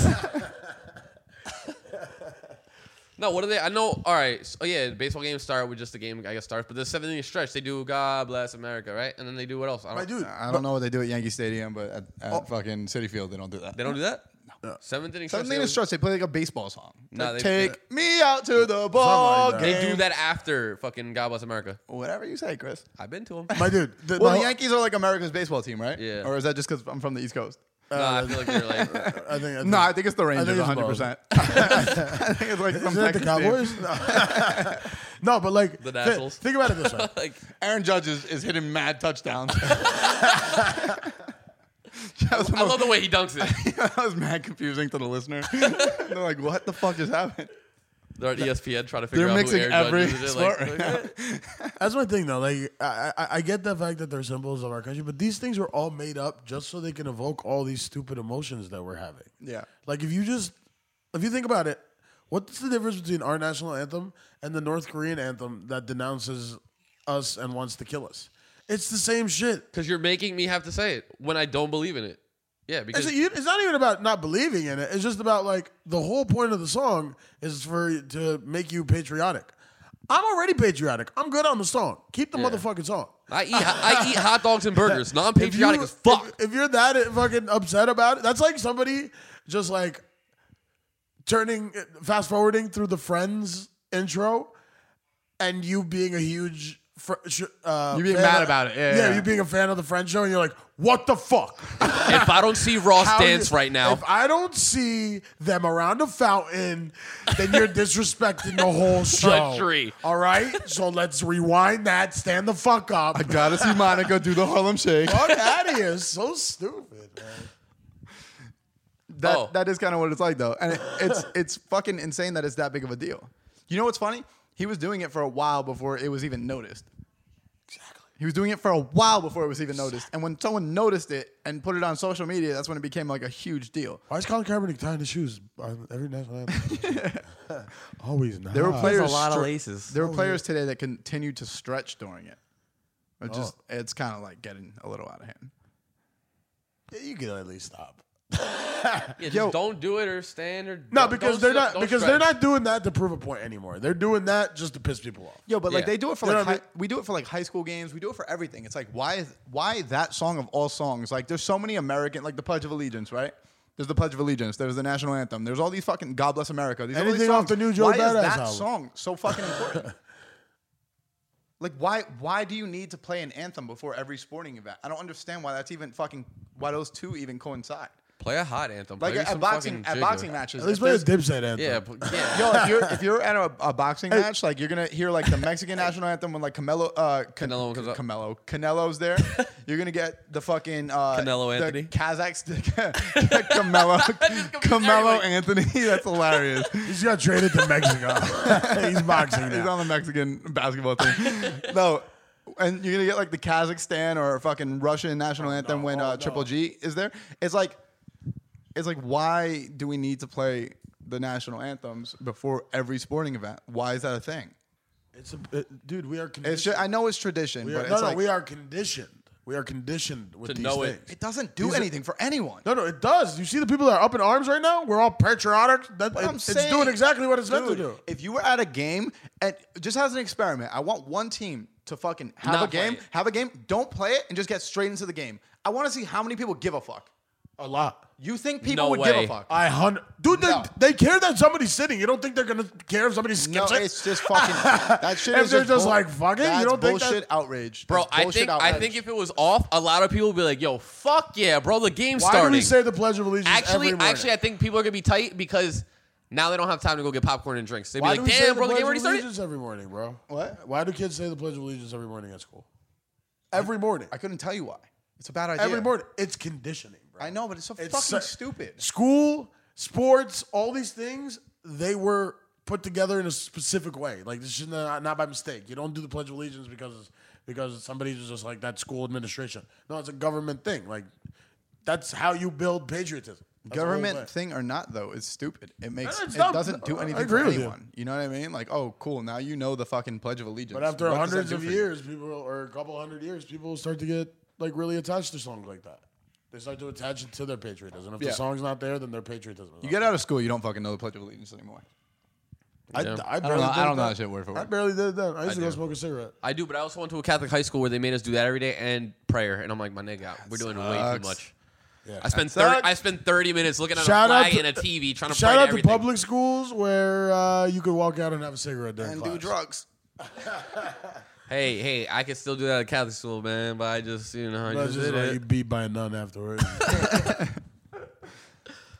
C: No, what are they? I know. All right. So, oh, yeah, baseball games start with just the game. I guess starts, but the seven inning stretch they do "God Bless America," right? And then they do what else? I
D: My
C: don't,
D: dude,
B: I don't know what they do at Yankee Stadium, but at, at fucking City Field, they don't do that.
C: They don't do that. No. Seventh inning stretch.
B: Seventh
C: they
B: inning
C: always-
B: stretch, they play like a baseball song.
C: No,
B: Like,
C: they-
B: take me out to the ball
D: that.
B: game.
C: They do that after fucking "God Bless America."
B: Whatever you say, Chris.
C: I've been to
B: [LAUGHS]
C: them.
D: my dude.
B: The,
D: well,
B: the Yankees are like America's baseball team, right?
C: Yeah.
B: Or is that just because I'm from the East Coast?
C: nah, I feel like
B: [LAUGHS]
C: they're like.
D: I think. I
B: No, I think it's the Rangers,
D: it's
B: 100.
D: both. [LAUGHS]
B: percent [LAUGHS] I think it's like some
D: Isn't that the
B: Texas team.
D: Cowboys? No. [LAUGHS] no, but like
C: The
D: thi-
C: Nationals.
D: think about it this way.
C: like
B: Aaron Judge is, is hitting mad touchdowns. [LAUGHS] That was, the
C: I love
B: most-
C: the way he dunks it.
B: that was mad confusing to the listener. [LAUGHS] They're like, "What the fuck just happened?" [LAUGHS]
C: They're E at ESPN trying to figure
B: They're
C: out
B: mixing
C: who Aaron
B: every
C: Judge is. They're
B: sport
C: Like,
B: right now.
C: [LAUGHS]
D: That's my thing though. Like I, I, I get the fact that they're symbols of our country, but these things were all made up just so they can evoke all these stupid emotions that we're having.
B: Yeah.
D: Like if you just if you think about it, what's the difference between our national anthem and the North Korean anthem that denounces us and wants to kill us? It's the same shit.
C: Because you're making me have to say it when I don't believe in it. Yeah, because
D: It's, you- it's not even about not believing in it. It's just about like the whole point of the song is for to make you patriotic. I'm already patriotic. I'm good on the song. Keep the motherfucking song.
C: I eat I eat hot dogs and burgers. Non
D: [LAUGHS] If you-
C: patriotic as fuck.
D: [LAUGHS] If, if you're that fucking upset about it, that's like somebody just like turning, fast forwarding through the Friends intro, and you being a huge. Fr- sh- uh,
B: You being
D: fan
B: mad
D: of-
B: about it, yeah,
D: yeah,
B: yeah.
D: you being a fan of the Friends show, and you're like, "What the fuck?"
C: if I don't see Ross
D: How
C: dance
D: you-
C: right now,
D: If I don't see them around a fountain, then you're disrespecting the whole show.
C: Country.
D: All right, so let's rewind that. Stand the fuck up.
B: I gotta see Monica do the Harlem Shake.
D: Fuck out of here. It's So stupid, man.
B: That
C: Oh.
B: that is kind of what it's like though, and it, it's [LAUGHS] it's fucking insane that it's that big of a deal. You know what's funny? He was doing it for a while before it was even noticed. Exactly. He was doing it for a while before it was even noticed, and when someone noticed it and put it on social media, that's when it became like a huge deal.
D: Why is Colin Kaepernick tying his shoes on every national anthem? [LAUGHS] Always not.
B: There were players.
C: a lot of
B: stre-
C: laces.
B: There were players today that continued to stretch during it. It just
C: Oh.
B: it's kind of like getting a little out of hand.
D: Yeah, You can at least stop.
C: yeah, just
B: yo.
C: don't do it or stand or
D: No,
C: don't- don't
D: because they're
C: sit-
D: not
C: don't
D: because they're
C: stretch.
D: not doing that to prove a point anymore. They're doing that just to piss people off.
B: Yo, but like
C: Yeah.
B: they do it for
D: You know
B: like
D: what I
B: high, we do it for like high school games. We do it for everything. It's like why is why that song of all songs? Like there's so many American like the Pledge of Allegiance, right? There's the Pledge of Allegiance. There's the national anthem. There's all these fucking God Bless America. These all these
D: Anything off
B: songs.
D: the new Joe
B: Why is
D: Badass
B: that
D: album.
B: song so fucking [LAUGHS] important? like why why do you need to play an anthem before every sporting event? I don't understand why that's even fucking why those two even coincide.
C: play a hot anthem.
B: Like
C: play
B: at
C: some
B: boxing
C: fucking
B: at
C: jigger.
B: boxing matches.
D: At least
B: if
D: play a
B: there's-
D: Dipset anthem. [LAUGHS]
C: Yeah, p- yeah.
B: Yo, if you're if you're at a, a boxing match, like you're gonna hear like the Mexican national anthem when like Camelo, uh, Can-
C: Canelo comes up.
B: Camelo, Canelo's
C: [LAUGHS]
B: there. You're gonna get the fucking uh,
C: Canelo
B: the
C: Anthony.
B: Kazakhs, [LAUGHS]
C: [LAUGHS]
B: Camelo, Camelo
C: everybody.
B: Anthony. [LAUGHS] That's hilarious.
D: He's got traded to [LAUGHS] Mexico. He's boxing
B: He's
D: now.
B: on the Mexican basketball team. no, and you're gonna get like the Kazakhstan or fucking Russian
D: Oh,
B: national anthem when uh, Triple G is there. It's like, it's like, why do we need to play the national anthems before every sporting event? Why is that a thing?
D: It's a, it- dude, we are conditioned.
B: It's just, I know it's tradition,
D: we
B: but
D: are,
B: it's
D: no, no,
B: like,
D: we are conditioned. We are conditioned with
C: To
D: these
C: know it.
D: things.
B: it doesn't do
D: These are-
B: anything for anyone.
D: No, no, it does. You see the people that are up in arms right now? We're all patriotic. That,
B: But
D: it-
B: I'm
D: it's
B: saying-
D: doing exactly what it's meant to
B: Dude,
D: do.
B: If you were at a game, and just as an experiment, I want one team to fucking have
C: Not
B: a
C: play
B: game,
C: it.
B: have a game, don't play it, and just get straight into the game. I want to see how many people give a fuck.
D: A lot.
B: You think people
C: No
B: would give
C: way.
B: a fuck?
D: I hundred. Dude, they,
B: No.
D: they care that somebody's sitting. You don't think they're gonna care if somebody
B: [LAUGHS] No,
D: skips it?
B: it's just
D: [LAUGHS]
B: fucking that shit.
D: If
B: is
D: they're just
B: bull-
D: like, fuck it, you
B: that's
D: don't think
B: bullshit outrage,
C: Bro,
B: That's
C: I
B: bullshit
C: think
B: outrage.
C: I think if it was off, a lot of people would be like, "Yo, fuck yeah, bro, the game's
D: Why
C: starting."
D: do we say the Pledge of Allegiance
C: actually,
D: every morning?
C: actually, I think people are gonna be tight because now they don't have time to go get popcorn and drinks. They'd be
D: Why do
C: like,
D: we say
C: "Damn, bro, the
D: Pledge
C: game
D: of
C: already started."
D: Allegiance every morning, bro.
B: What?
D: Why do kids say the Pledge of Allegiance every morning at school? Every morning.
B: I couldn't tell you why. It's a bad idea.
D: every morning. It's conditioning, bro.
B: I know, but it's so
D: It's
B: fucking
D: so-
B: stupid.
D: School, sports, all these things, they were put together in a specific way. Like this is not, not by mistake. You don't do the Pledge of Allegiance because because somebody was just like that school administration. No, it's a government thing. Like that's how you build patriotism. That's the whole way.
B: government thing or not though is stupid. It makes
D: No, it's
B: it
D: dumb.
B: doesn't do
D: I
B: anything
D: agree
B: for
D: with you.
B: anyone. You. know what I mean? Like, oh, cool. Now you know the fucking Pledge of Allegiance.
D: But after
B: What does that
D: hundreds
B: do
D: of
B: for you?
D: years, people or a couple hundred years, people start to get like really attached to songs like that. They start to attach it to their patriotism. If
B: Yeah.
D: the song's not there, then their patriotism. Is
B: you
D: not
B: get out of school, you don't fucking know the Pledge of Allegiance anymore.
D: I,
C: Yeah.
D: I,
B: I don't
D: barely
B: know.
D: did
B: I don't know
D: that.
B: that shit word for
D: I
B: word.
D: barely did that. I used to go
C: do.
D: smoke a cigarette.
C: I do, but I also went to a Catholic high school where they made us do that every day and prayer, and I'm like, my nigga, we're doing way
B: sucks.
C: too much.
D: Yeah.
C: I spent
B: That
C: 30,
B: sucks.
C: I spent 30 minutes looking at
D: Shout
C: a
D: out
C: flag
D: to-
C: and a TV trying to
D: Shout
C: pray to
D: out to
C: everything.
D: public schools where uh, you could walk out and have a cigarette during
B: And
D: class.
B: do drugs.
C: Hey, hey, I can still do that at Catholic school, man, but I just, you know, I
D: That's
C: just,
D: just
C: did
D: like
C: it.
D: you beat by a
B: [LAUGHS]
D: nun afterwards.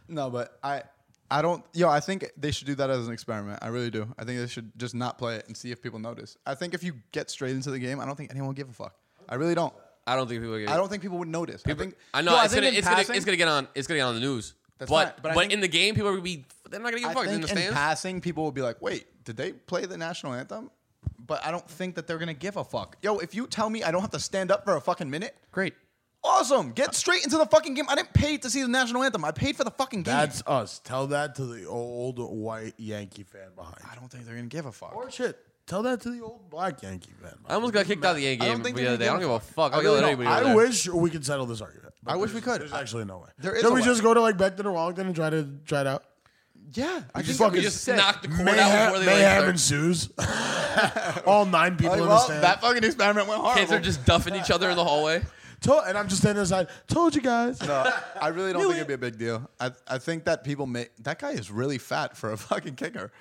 B: No, but I, I don't. Yo, I think they should do that as an experiment. I really do. I think they should just not play it and see if people notice. I think if you get straight into the game, I don't think anyone will give a fuck. I really don't.
C: I don't think people are gonna
B: I don't think people would notice. I think.
C: I know
B: Yo,
C: it's,
B: think
C: gonna,
B: in
C: it's, gonna,
B: passing-
C: it's gonna get on it's gonna get on the news.
B: That's
C: but
B: fine, but
C: but,
B: I think-
C: in the game, people are gonna be they're not gonna give a
B: I
C: fuck. They're in
B: think
C: the
B: in
C: stands.
B: passing, people will be like, "Wait, did they play the national anthem?" But I don't think that they're gonna give a fuck. Yo, if you tell me I don't have to stand up for a fucking minute,
C: Great.
B: awesome. Get straight into the fucking game. I didn't pay to see the national anthem. I paid for the fucking game.
D: That's us. Tell that to the old white Yankee fan behind.
B: I don't think they're gonna give a fuck.
D: Or shit. Tell that to the old black Yankee fan.
C: I almost got kicked out of the A
B: I don't
C: game
B: think
C: the
B: they
C: other day. I don't
B: give
C: give
B: a
C: a fuck.
B: I
C: I'll
B: really
C: yell at
B: don't.
C: anybody. over
D: I
C: there.
D: wish we could settle this argument. but
B: I wish we
D: there's-
B: could.
D: There's
B: I-
D: actually no way.
B: There is
D: Should
B: a
D: we
B: way.
D: just go to like Beckton or Wallington and try to try it out?
B: Yeah, I
D: just
B: think
D: fucking
B: we
C: Just
B: said-
C: knock the cord out
D: Mayhem,
C: before they
D: mayhem
C: like.
D: ensues.
C: [LAUGHS]
D: [LAUGHS] All nine people
B: Like,
D: in the
B: well,
D: stand.
B: that fucking experiment went horrible.
C: Kids are just duffing each other in the hallway.
D: To- and I'm just standing aside. Told you guys.
B: No, I really don't think it'd be a big deal. I, I think that people make that guy is really fat for a [LAUGHS] fucking kicker.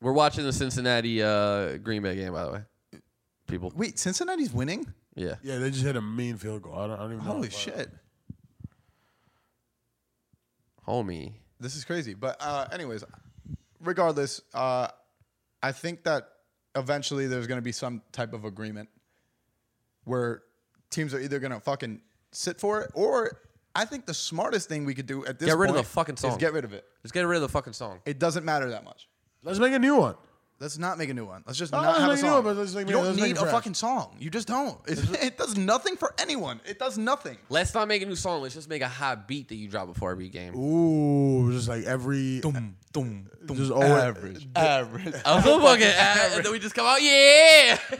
C: We're watching the Cincinnati uh, Green Bay game, by the way. People,
B: Wait, Cincinnati's winning?
C: yeah.
D: Yeah, they just hit a mean field goal. I don't, I don't even know.
B: Holy
D: if I-
B: shit.
C: homie.
B: This is crazy. But uh, anyways, regardless, uh, I think that eventually there's going to be some type of agreement where teams are either going to fucking sit for it or I think the smartest thing we could do at this
C: Get rid of
B: point
C: the fucking
B: is
C: song.
B: get rid of it.
C: Just get rid of the fucking song.
B: It doesn't matter that much.
D: Let's make a new one.
B: Let's not make a new one. Let's just
D: Oh, No,
B: not
D: let's
B: have a
D: make a new
B: song.
D: one, but let's make-
B: you don't
D: let's make
B: need
D: it
B: a
D: fresh.
B: fucking song. You just don't. [LAUGHS] It, it does nothing for anyone. It does nothing.
C: Let's not make a new song. Let's just make a hot beat that you drop before every [LAUGHS] game.
D: Ooh, just like every.
B: Dum, dum,
D: Just always-
B: average. Average.
C: I was so
D: [LAUGHS]
C: fucking ass, and then we just come out, yeah. [LAUGHS]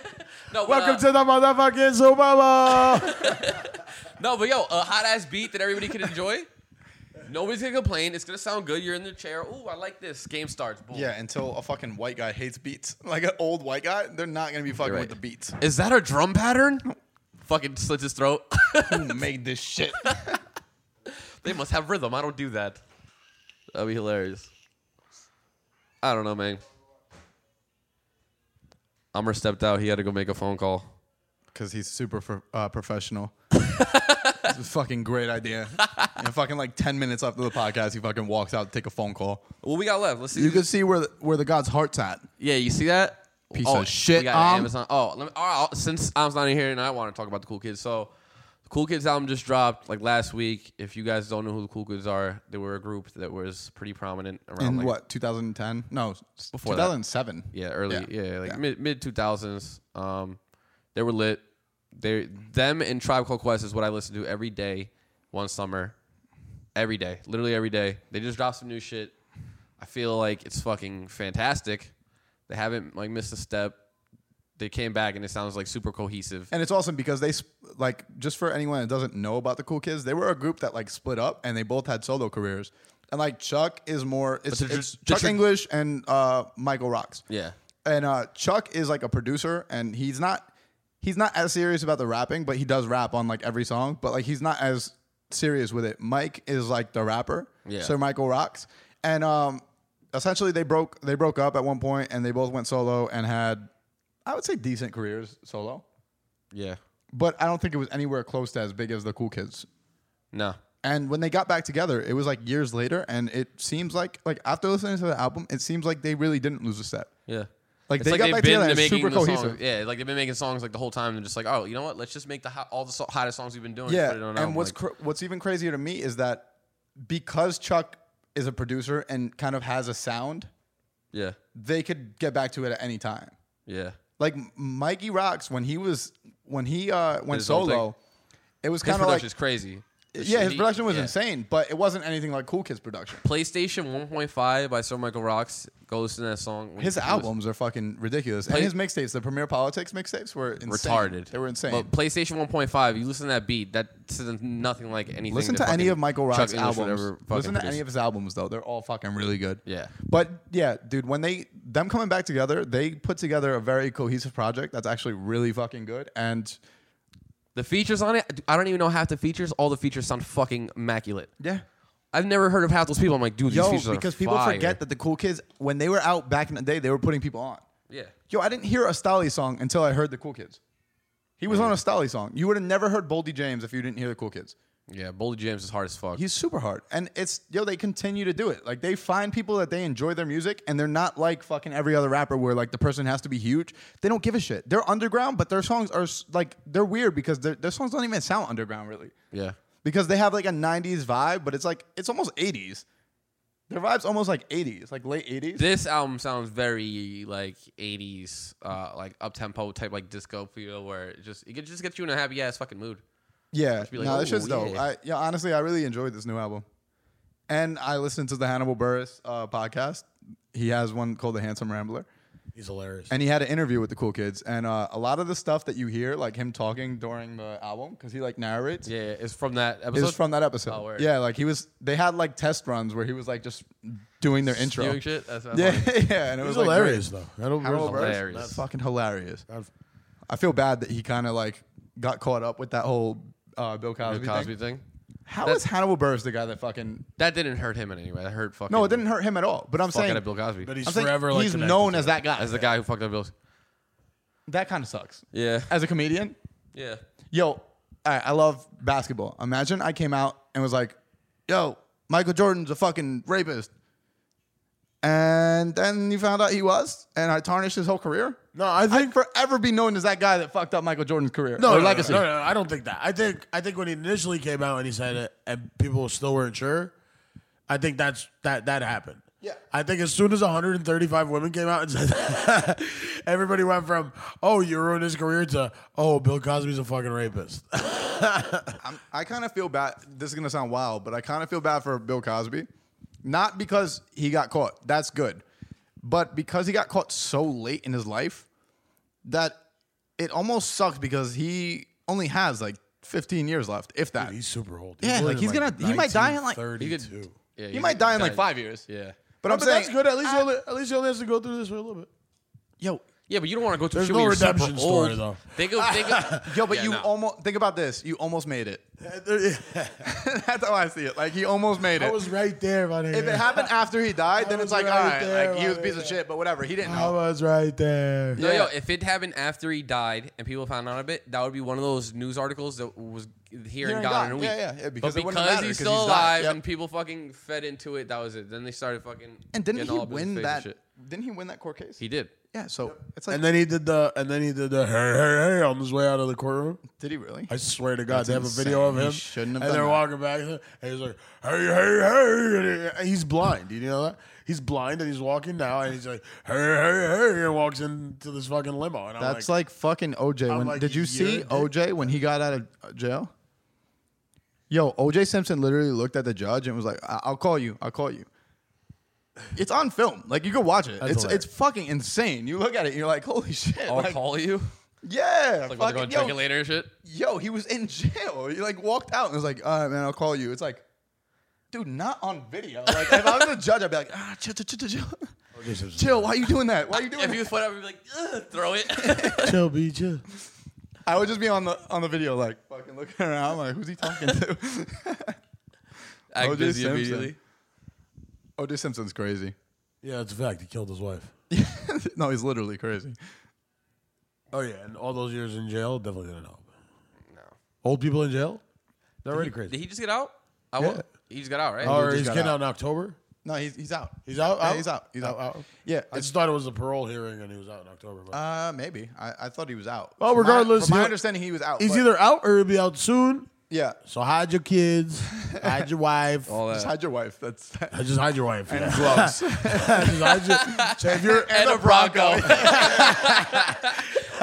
C: no, but,
D: Welcome
C: uh,
D: to the motherfucking Super Bowl.
C: no, but yo, a hot ass beat that everybody can enjoy. [LAUGHS] Nobody's gonna complain. It's gonna sound good. You're in the chair. Ooh, I like this. Game starts. Boom.
B: Yeah, until a fucking white guy hates beats. [LAUGHS] Like an old white guy, they're not gonna be fucking
C: You're
B: with the
C: right.
B: beats.
C: Is that a drum pattern? Fucking slits his throat. [LAUGHS]
B: Who made this [LAUGHS] shit?
C: they must have rhythm. I don't do that. That'd be hilarious. I don't know, man. Ummer stepped out. He had to go make a phone call.
B: Because he's super for, uh, professional. it's a fucking great [LAUGHS] idea. And fucking like ten minutes after the podcast, he fucking walks out to take a phone call.
C: Well, we got left. Let's see.
B: You can see where the, where the god's heart's at.
C: yeah, you see that
B: Piece
C: oh,
B: of shit,
C: We got
B: Am.
C: Amazon. Oh, let me, all right, since Am's not in here, and I want to talk about the Cool Kids. So, the Cool Kids album just dropped like last week. If you guys don't know who the Cool Kids are, they were a group that was pretty prominent around
B: In
C: like,
B: what 2010? No,
C: Before
B: Oh, before
C: that.
B: 2007.
C: Yeah, early. Yeah, like
B: Yeah.
C: mid mid two thousands. Um, they were lit. They them and Tribe Called Quest is what I listen to every day, one summer, every day, literally every day. They just dropped some new shit. I feel like it's fucking fantastic. They haven't like missed a step. They came back and it sounds like super cohesive.
B: And it's awesome because they sp- like just for anyone that doesn't know about the Cool Kids, they were a group that like split up and they both had solo careers. And like Chuck is more it's,
C: the tr-
B: it's
C: the
B: Chuck
C: tr-
B: English and uh, Michael Rocks.
C: Yeah.
B: And uh, Chuck is like a producer and he's not he's not as serious about the rapping, but he does rap on like every song. But like he's not as serious with it. Mike is like the rapper.
C: Yeah.
B: Sir Michael Rocks. And um, essentially they broke they broke up at one point and they both went solo and had I would say decent careers solo
C: yeah.
B: but I don't think it was anywhere close to as big as the Cool Kids.
C: No.
B: And when they got back together, it was like years later, and it seems like like after listening to the album, it seems like they really didn't lose a step.
C: Yeah.
B: Like
C: It's
B: they
C: like
B: got
C: they've
B: back
C: been
B: together and it's
C: making
B: super
C: the
B: cohesive.
C: Songs. Yeah, like they've been making songs like the whole time. and just like, oh, you know what? Let's just make the ho- all the so- hottest songs we've been doing.
B: Yeah,
C: put it on an album.
B: and what's
C: Like,
B: cr- what's even crazier to me is that because Chuck is a producer and kind of has a sound,
C: yeah,
B: they could get back to it at any time.
C: yeah,
B: Like M- Mikey Rocks when he was when he uh went
C: His own thing.
B: solo, it was
C: his
B: kind of like
C: production's crazy.
B: yeah, his
C: shitty-
B: production was
C: yeah.
B: insane, but it wasn't anything like Cool Kids production.
C: PlayStation 1.5 by Sir Michael Rocks. Go listen to that song.
B: His
C: He was
B: albums are fucking ridiculous, and
C: Play-
B: his mixtapes, the Premier Politics mixtapes, were insane.
C: retarded.
B: They were insane.
C: But PlayStation 1.5, you listen to that beat, that sounds nothing like anything.
B: Listen
C: that
B: to any
C: fucking
B: of Michael
C: Chuck
B: Rock's
C: English would
B: albums.
C: ever fucking
B: Listen to
C: produce.
B: any of his albums though; they're all fucking really good.
C: Yeah.
B: But yeah, dude, when they them coming back together, they put together a very cohesive project that's actually really fucking good. And
C: the features on it. I don't even know half the features. All the features sound fucking immaculate.
B: yeah,
C: I've never heard of half those people. I'm like, dude, these
B: yo,
C: features are
B: because people
C: fire.
B: forget that the Cool Kids, when they were out back in the day, they were putting people on.
C: Yeah.
B: Yo, I didn't hear a Stolly song until I heard the Cool Kids. He was on a Stolly song. You would have never heard Boldy James if you didn't hear the Cool Kids.
C: Yeah, Boldy James is hard as fuck.
B: He's super hard. And it's, yo, they continue to do it. Like, they find people that they enjoy their music, and they're not like fucking every other rapper where, like, the person has to be huge. They don't give a shit. They're underground, but their songs are, s- like, they're weird because their their songs don't even sound underground, really.
C: yeah.
B: Because they have, like, a 90s vibe, but it's, like, it's almost 80s. Their vibe's almost like 80s, like late 80s.
C: This album sounds very like '80s, uh, like up tempo type, like disco feel, where it just it could just gets you in a happy ass fucking mood.
B: Yeah,
C: be like,
B: no, this
C: "Ooh,
B: shit's dope.
C: yeah."
B: I, yeah, honestly, I really enjoyed this new album, and I listened to the Hannibal Burris uh, podcast. He has one called The Handsome Rambler,
D: [LAUGHS] He's hilarious.
B: and he had an interview with the Cool Kids. And uh, a lot of the stuff that you hear, like him talking during the album, because he like narrates,
C: Yeah, it's from that episode.
B: is from that episode.
C: Oh, word.
B: yeah, like he was. They had like test runs where he was like just doing their intro.
C: Doing shit. That's what I
B: Yeah, [LAUGHS]
C: thought.
B: yeah, and it was
D: He's
B: like,
D: hilarious though. I don't
B: Harold
D: really-
B: Burris,
C: Hilarious.
B: that's fucking hilarious.
D: I've-
B: I feel bad that he kind of like got caught up with that whole uh, Bill Cosby,
C: The Cosby
B: thing.
C: thing.
B: How
C: That's-
B: is Hannibal Burris the guy that fucking?
C: That didn't hurt him in any way. That hurt fucking.
B: No, it didn't hurt him at all. But I'm
C: Fuck
B: saying,
C: at Bill Cosby.
D: But
C: he's
D: he's
B: I'm saying
D: forever like
B: he's
D: connected
B: known
D: to
B: as
D: it.
B: that guy.
C: as the guy who fucked up Bill.
B: that kind of sucks.
C: Yeah.
B: As a comedian,
C: Yeah.
B: yo, all right, I love basketball. Imagine I came out and was like, yo, Michael Jordan's a fucking rapist, and then you found out he was, and I tarnished his whole career.
D: No, I think
B: I'd forever be known as that guy that fucked up Michael Jordan's career.
D: No,
B: or
D: no, no,
B: legacy.
D: No, no, no, I don't think that. I think I think when he initially came out and he said it, and people still weren't sure. I think that's that that happened.
B: Yeah.
D: I think as soon as 135 women came out and [LAUGHS] said that, everybody went from "Oh, you ruined his career" to "Oh, Bill Cosby's a fucking rapist."
B: I'm, I kind of feel bad. This is gonna sound wild, but I kind of feel bad for Bill Cosby, not because he got caught. That's good, but because he got caught so late in his life that it almost sucks because he only has like 15 years left, if that.
D: he's super old.
B: Yeah,
D: born
B: like,
D: in,
B: he's gonna- he might die in, like-
D: 1932.
C: Yeah,
B: he might die in like five years.
C: Yeah.
B: but
D: No,
B: I'm
D: but
B: saying
D: that's good. At least he only, at least he only has to go through this for
B: [LAUGHS]
D: a little bit.
B: yo,
C: Yeah, but you don't want to go through
D: There's
C: shit
D: no
C: when you're super
D: redemption story,
C: old.
D: though.
C: Think of, think
B: [LAUGHS]
C: of,
B: yo, but
C: Yeah,
B: you
C: no.
B: almost think about this. You almost made it. [LAUGHS] that's how I see it. Like he almost made
D: I
B: it.
D: was right there, buddy.
B: if
D: [LAUGHS]
B: it happened after he died, then
D: I
B: it's
D: was
B: like,
D: right
B: all right,
D: there,
B: like he was a
D: right
B: piece of
D: there.
B: shit, but whatever. He didn't
D: I
B: know.
D: was right there.
C: No, yo,
B: Yeah.
C: if it happened after he died and people found out of it, that would be one of those news articles that was here and
B: and
C: gone in a
B: gone.
C: week.
B: Yeah, yeah, yeah, because
C: but
B: it wouldn't
C: because
B: matter,
C: he's
B: 'cause
C: still
B: he's died.
C: alive
B: Yep.
C: and people fucking fed into it, that was it. Then they started fucking.
B: And didn't
C: getting
B: he
C: all up in his
B: win
C: face and
B: that?
C: shit.
B: Didn't he win that court case?
C: He did.
B: yeah. So it's like,
D: And then he did the and then he did the hey hey hey on his way out of the courtroom.
B: did he really?
D: I swear to God, they have a
B: insane.
D: video of
B: He
D: him.
B: shouldn't have
D: and
B: done
D: they're
B: that.
D: walking back, and he's like, "Hey, hey, hey!" And he's blind. Do you know that? He's blind, and he's walking now, and he's like, "Hey, hey, hey!" And walks into this fucking limo, and I'm
B: That's
D: like,
B: like, fucking OJ. When,
D: like,
B: did you
D: you're a
B: see
D: dick.
B: OJ when he got out of uh, jail? Yo, OJ Simpson literally looked at the judge and was like, I- "I'll call you. I'll call you." It's on film. Like you can watch it. it's
D: hilarious.
B: it's fucking insane. You look at it, and you're like, "Holy shit!"
C: I'll
B: like, [LAUGHS]
C: call you.
B: yeah,
C: Like, what, they're
B: fucking,
C: going to check it
B: yo,
C: later and shit.
B: yo, he was in jail. He like walked out and was like, "All right, man, I'll call you." It's like, dude, not on video. Like if I was a judge, I'd be like, "Ah, chill, chill, chill, chill, chill." chill. Why are you doing that? Why are you doing
C: If
B: that?
C: he was put up, he'd be like, Ugh,
B: [LAUGHS]
C: throw it. [LAUGHS]
D: chill, be chill.
B: I would just be on the on the video, like fucking looking [LAUGHS] around, like who's he talking
C: [LAUGHS]
B: to?
C: Act
B: OJ
C: busy
B: Simpson.
C: immediately.
B: OJ Simpson's crazy. [LAUGHS]
D: Yeah, it's a fact. He killed his wife.
B: no, he's literally crazy.
D: Oh yeah, and all those years in jail definitely didn't help.
C: No.
D: Old people in jail, they're already
C: Did
D: crazy.
C: he just get out? I
D: Yeah.
C: wa- He just got out, right?
D: Or
B: just
D: Oh, he's
B: got
D: getting
B: out.
D: out in October.
B: No, he's he's out.
D: He's out. Oh.
B: Yeah, he's out. He's out. Yeah,
D: I just thought it was a parole hearing, and he was out in October. But.
B: uh, maybe. I, I thought he was out.
D: Well,
B: From my-
D: regardless,
B: from my
D: he'll-
B: understanding, he was out.
D: he's
B: but-
D: either out or he'll be out soon.
B: yeah.
D: So hide your kids, hide your wife.
C: All that.
B: Just hide your wife. That's [LAUGHS]
D: I [LAUGHS] just hide your wife. yeah.
B: gloves.
D: Just hide your- so if you're
C: and a Bronco.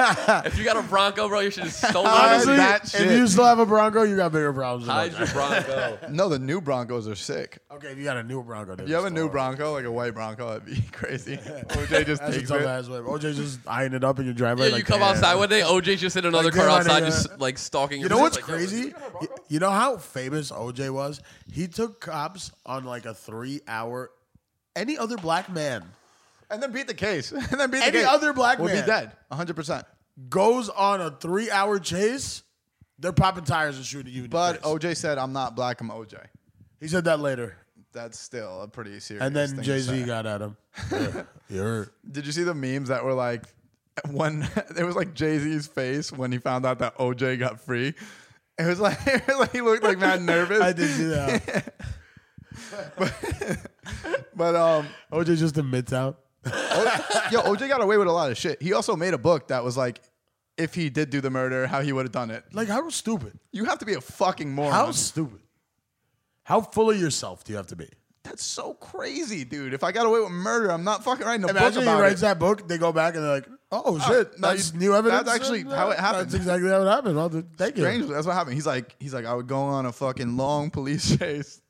C: [LAUGHS] if you got a Bronco, bro, you should have
B: [LAUGHS]
C: stolen
D: Honestly,
C: it.
B: that
D: if
B: shit.
D: you still have a Bronco, you got bigger problems. Than
C: Hide
D: that.
C: your Bronco.
B: [LAUGHS] No, the new Broncos are sick.
D: Okay, if you got a new Bronco, dude,
B: If you have a
D: it's
B: new
D: still-
B: Bronco, like a white Bronco, that'd be [LAUGHS]
D: [LAUGHS]
B: crazy. OJ just
D: That's a
B: takes
D: tough
B: it.
D: ass way. OJ just eyeing it up in your driveway.
C: Yeah,
D: like,
C: you come
D: "Damn."
C: outside one day, OJ's just in another
D: Like,
C: car
D: damn, I
C: outside,
D: did
C: just
D: that.
C: like stalking.
D: You know what's crazy? Y- You know how famous OJ was? He took cops on like a three hour. Any other black man
B: And then beat the case. [LAUGHS] And then beat the
D: Any
B: case.
D: other black
B: would
D: man.
B: be dead. 100%.
D: goes on a three hour chase, they're popping tires and shooting you. In
B: But
D: the
B: OJ
D: face.
B: said, I'm not black, I'm OJ.
D: he said that later,
B: That's still a pretty serious
D: and
B: thing
D: then
B: to
D: Jay Z
B: say.
D: got at him. Yeah, You're
B: Did you see the memes that were like, [LAUGHS] when [LAUGHS] it was like Jay Z's face when he found out that OJ got free? It was like, [LAUGHS] it was like he looked like [LAUGHS] mad nervous.
D: I did see that.
B: But um,
D: OJ just admits out.
B: O- yo, OJ got away with a lot of shit. He also made a book that was like, if he did do the murder, how he would have done it.
D: Like how stupid?
B: You have to be a fucking moron.
D: How stupid? How full of yourself do you have to be?
B: That's so crazy, dude. If I got away with murder, I'm not fucking writing a
D: Imagine
B: book
D: he
B: about
D: writes
B: it.
D: that book, they go back and they're like, "Oh
B: Oh,
D: shit,
B: no,
D: that's
B: you-
D: new evidence."
B: that's actually
D: Uh,
B: how it happened.
D: That's exactly how it happened. Well, th- thank you.
B: Strangely, that's what happened. He's like, he's like, I would go on a fucking long police [LAUGHS] chase.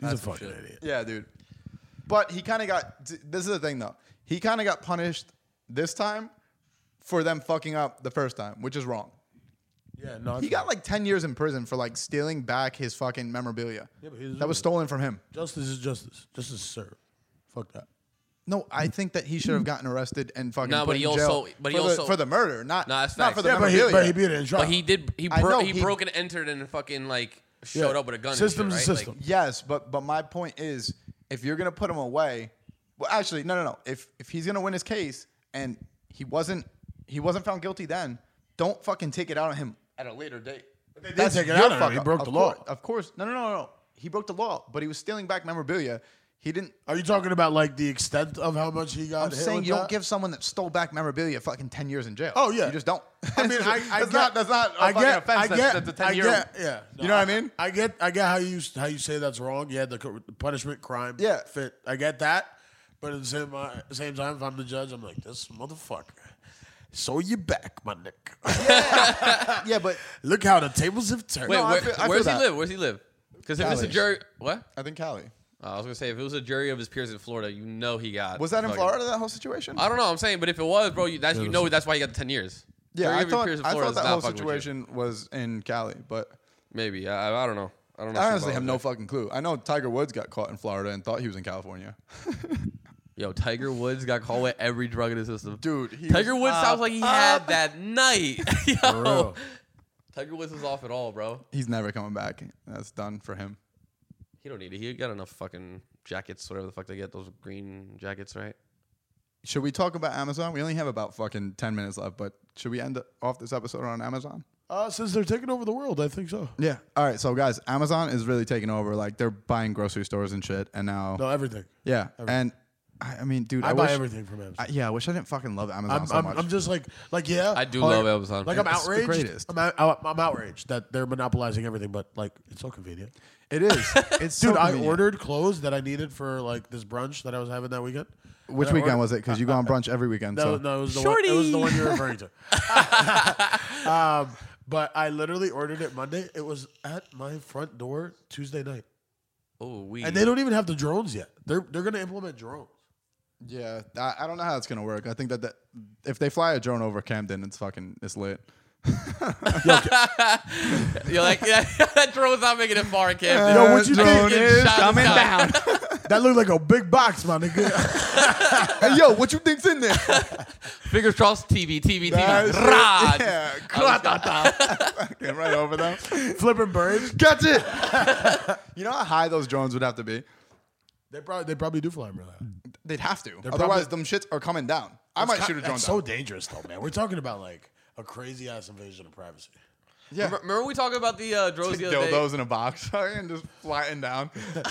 D: He's a
C: some
D: fucking
C: shit.
D: idiot.
B: Yeah, dude. But he kind of got. This is the thing, though. He kind of got punished this time for them fucking up the first time, which is wrong.
D: Yeah, no,
B: He got like ten years in prison for like stealing back his fucking memorabilia
D: but he was-
B: that was stolen from him.
D: justice is justice. Justice is served. Fuck that.
B: No, I think that he should have gotten arrested and fucking
C: No,
B: put
C: but he
B: in jail
C: also- but he
B: for,
C: also-
B: the, for the murder, not
C: No, that's
B: not
C: facts.
B: for the
D: Yeah, but he,
B: memorabilia.
D: but he beat it in trial.
C: But he did. He
B: I
C: bro-
B: know,
C: he,
B: he-
C: broke and entered and fucking like showed
D: Yeah.
C: up with a gun. and
D: System's
C: shit,
D: a
C: right?
D: system.
C: Like,
B: Yes, but but my point is, if you're gonna put him away, well, actually, no, no, no. If if he's gonna win his case and he wasn't he wasn't found guilty then, don't fucking take it out on him at a later date. They
D: did take it out on him. He broke the law.
B: Of course, no, no, no, no. He broke the law, but he was stealing back memorabilia. He didn't.
D: Are you talking about like the extent of how much he got?
B: I'm
D: hit
B: saying
D: with
B: you
D: that?
B: don't give someone that stole back memorabilia fucking ten years in jail.
D: Oh, yeah.
B: you just don't.
D: [LAUGHS] I mean, I, I
B: [LAUGHS] that's
D: get,
B: not that's not a
D: I
B: fucking
D: get,
B: offense.
D: I
B: That's-
D: get,
B: that's, a ten
D: I
B: year.
D: get, yeah.
B: You know what
D: [LAUGHS]
B: I mean?
D: I get, I get how you how you say that's wrong. Yeah, the, co- the punishment crime.
B: Yeah.
D: fit. I get that, but at the same uh, same time, if I'm the judge, I'm like this motherfucker. So you back, my nick.
B: Yeah, but
D: [LAUGHS] Look how the tables have turned.
C: wait,
B: No, I
C: where,
B: feel- I feel
C: where's he
B: that.
C: live? Where's he live? Because if it's a
B: Dallas.
C: jury, what?
B: I think Cali
C: Uh, I was gonna say if it was a jury of his peers in Florida, you know he got.
B: was that in
C: fucking-
B: Florida that whole situation.
C: I don't know. I'm saying, but if it was, bro, you, that's, you know that's why he got the ten years.
B: Yeah,
C: Jury
B: I
C: of your
B: thought,
C: peers in
B: I thought
C: Florida is
B: that
C: not
B: whole
C: fucking with you.
B: situation was in Cali, but
C: Maybe I, I don't know. I don't know.
B: I
C: shit
B: honestly
C: about
B: have
C: it.
B: no fucking clue. I know Tiger Woods got caught in Florida and thought he was in California. [LAUGHS]
C: Yo, Tiger Woods got caught with every drug in his system.
B: Dude, he
C: Tiger
B: was
C: Woods sounds
B: up,
C: like he
B: up. [LAUGHS]
C: had that night. [LAUGHS] Yo,
D: real.
C: Tiger Woods is off at all, bro.
B: He's never coming back. That's done for him.
C: He don't need it. He got enough fucking jackets, whatever the fuck they get. Those green jackets, right?
B: Should we talk about Amazon? We only have about fucking 10 minutes left, but should we end off this episode on Amazon?
D: Uh, since they're taking over the world, I think so.
B: Yeah. All right. So, guys, Amazon is really taking over. Like, they're buying grocery stores and shit. And now,
D: No, everything.
B: yeah. And I, I mean, dude, I,
D: I, buy
B: wish.
D: everything from Amazon.
B: I- yeah, I wish I didn't fucking love Amazon
D: I'm,
B: so
D: I'm,
B: much.
D: I'm just like, like yeah.
C: I do
D: like-
C: love Amazon.
D: Like I'm
B: It's the
D: outraged.
B: greatest.
D: I'm, out, I'm- I'm outraged that they're monopolizing everything, but like it's so convenient.
B: it is.
D: [LAUGHS]
B: It's so
D: Dude, I
B: convenient.
D: ordered clothes that I needed for like this brunch that I was having that weekend.
B: Which
D: And I
B: weekend
D: ordered-
B: was it? Because you go on brunch every weekend.
D: [LAUGHS]
B: so.
D: No, no, it was the one. It was the one you're referring to.
C: [LAUGHS]
D: [LAUGHS] um, but I literally ordered it Monday. It was at my front door Tuesday night,
C: Oh, we.
D: and they don't even have the drones yet. They're they're gonna implement drones.
B: Yeah, I, I don't know how it's gonna work. I think that, that if they fly a drone over Camden, it's fucking it's lit.
C: You're like yeah, [LAUGHS] that drone's not making it far, Camden.
D: Yo, what you
B: Uh, drone
D: think?
B: is
C: Shot
B: coming
C: shot.
B: down.
D: That looked like a big box, my
B: [LAUGHS]
D: nigga. [LAUGHS]
B: hey, yo, what you think's in [LAUGHS] there?
C: Fingers crossed. TV, TV,
B: That's
C: TV.
B: it.
C: Rah!
B: [LAUGHS] Yeah, [LAUGHS] Fucking right over them.
D: Flipping birds.
B: Catch it. [LAUGHS] you know how high those drones would have to be?
D: They probably they probably do fly them really high.
B: They'd have to.
D: They're
B: Otherwise,
D: probably-
B: them shits are coming down. I might
D: That's
B: shoot a
D: ki-
B: drone down.
D: That's so dangerous, though, man. We're talking about like a crazy ass invasion of privacy.
B: yeah.
C: Remember- Remember we talking about the uh, drones
B: [LAUGHS]
C: the other day? [LAUGHS]
B: Dildos in a box [LAUGHS] and just flying [LAUGHS] down.
C: you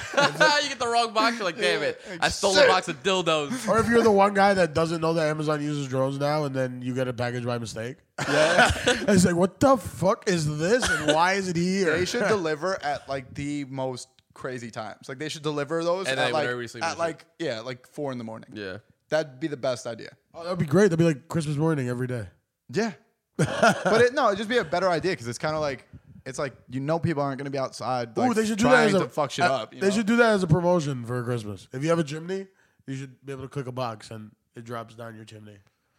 C: get the wrong box. You're like, damn it! I stole
B: Shit.
C: a box of
B: [LAUGHS]
C: dildos.
D: Or if you're the one guy that doesn't know that Amazon uses drones now, and then you get a package by mistake.
B: Yeah.
D: [LAUGHS] It's like, what the fuck is this, and why is it here?
B: They [LAUGHS] should deliver at like the most crazy times. Like they should deliver those
C: At
B: at
C: night when
B: like,
C: everybody's sleeping
B: at
C: and
B: like yeah, like four in the morning.
C: Yeah.
B: That'd be the best idea.
D: Oh, that'd be great. That'd be like Christmas morning every day.
B: Yeah. [LAUGHS] but it, no, it'd just be a better idea because it's kind of like it's like you know people aren't going to be outside.
D: Ooh,
B: Like,
D: they should do that
B: trying
D: as a
B: to fuck shit
D: uh,
B: up. you
D: they
B: know?
D: should do that as a promotion for Christmas. If you have a chimney, you should be able to click a box and it drops down your chimney.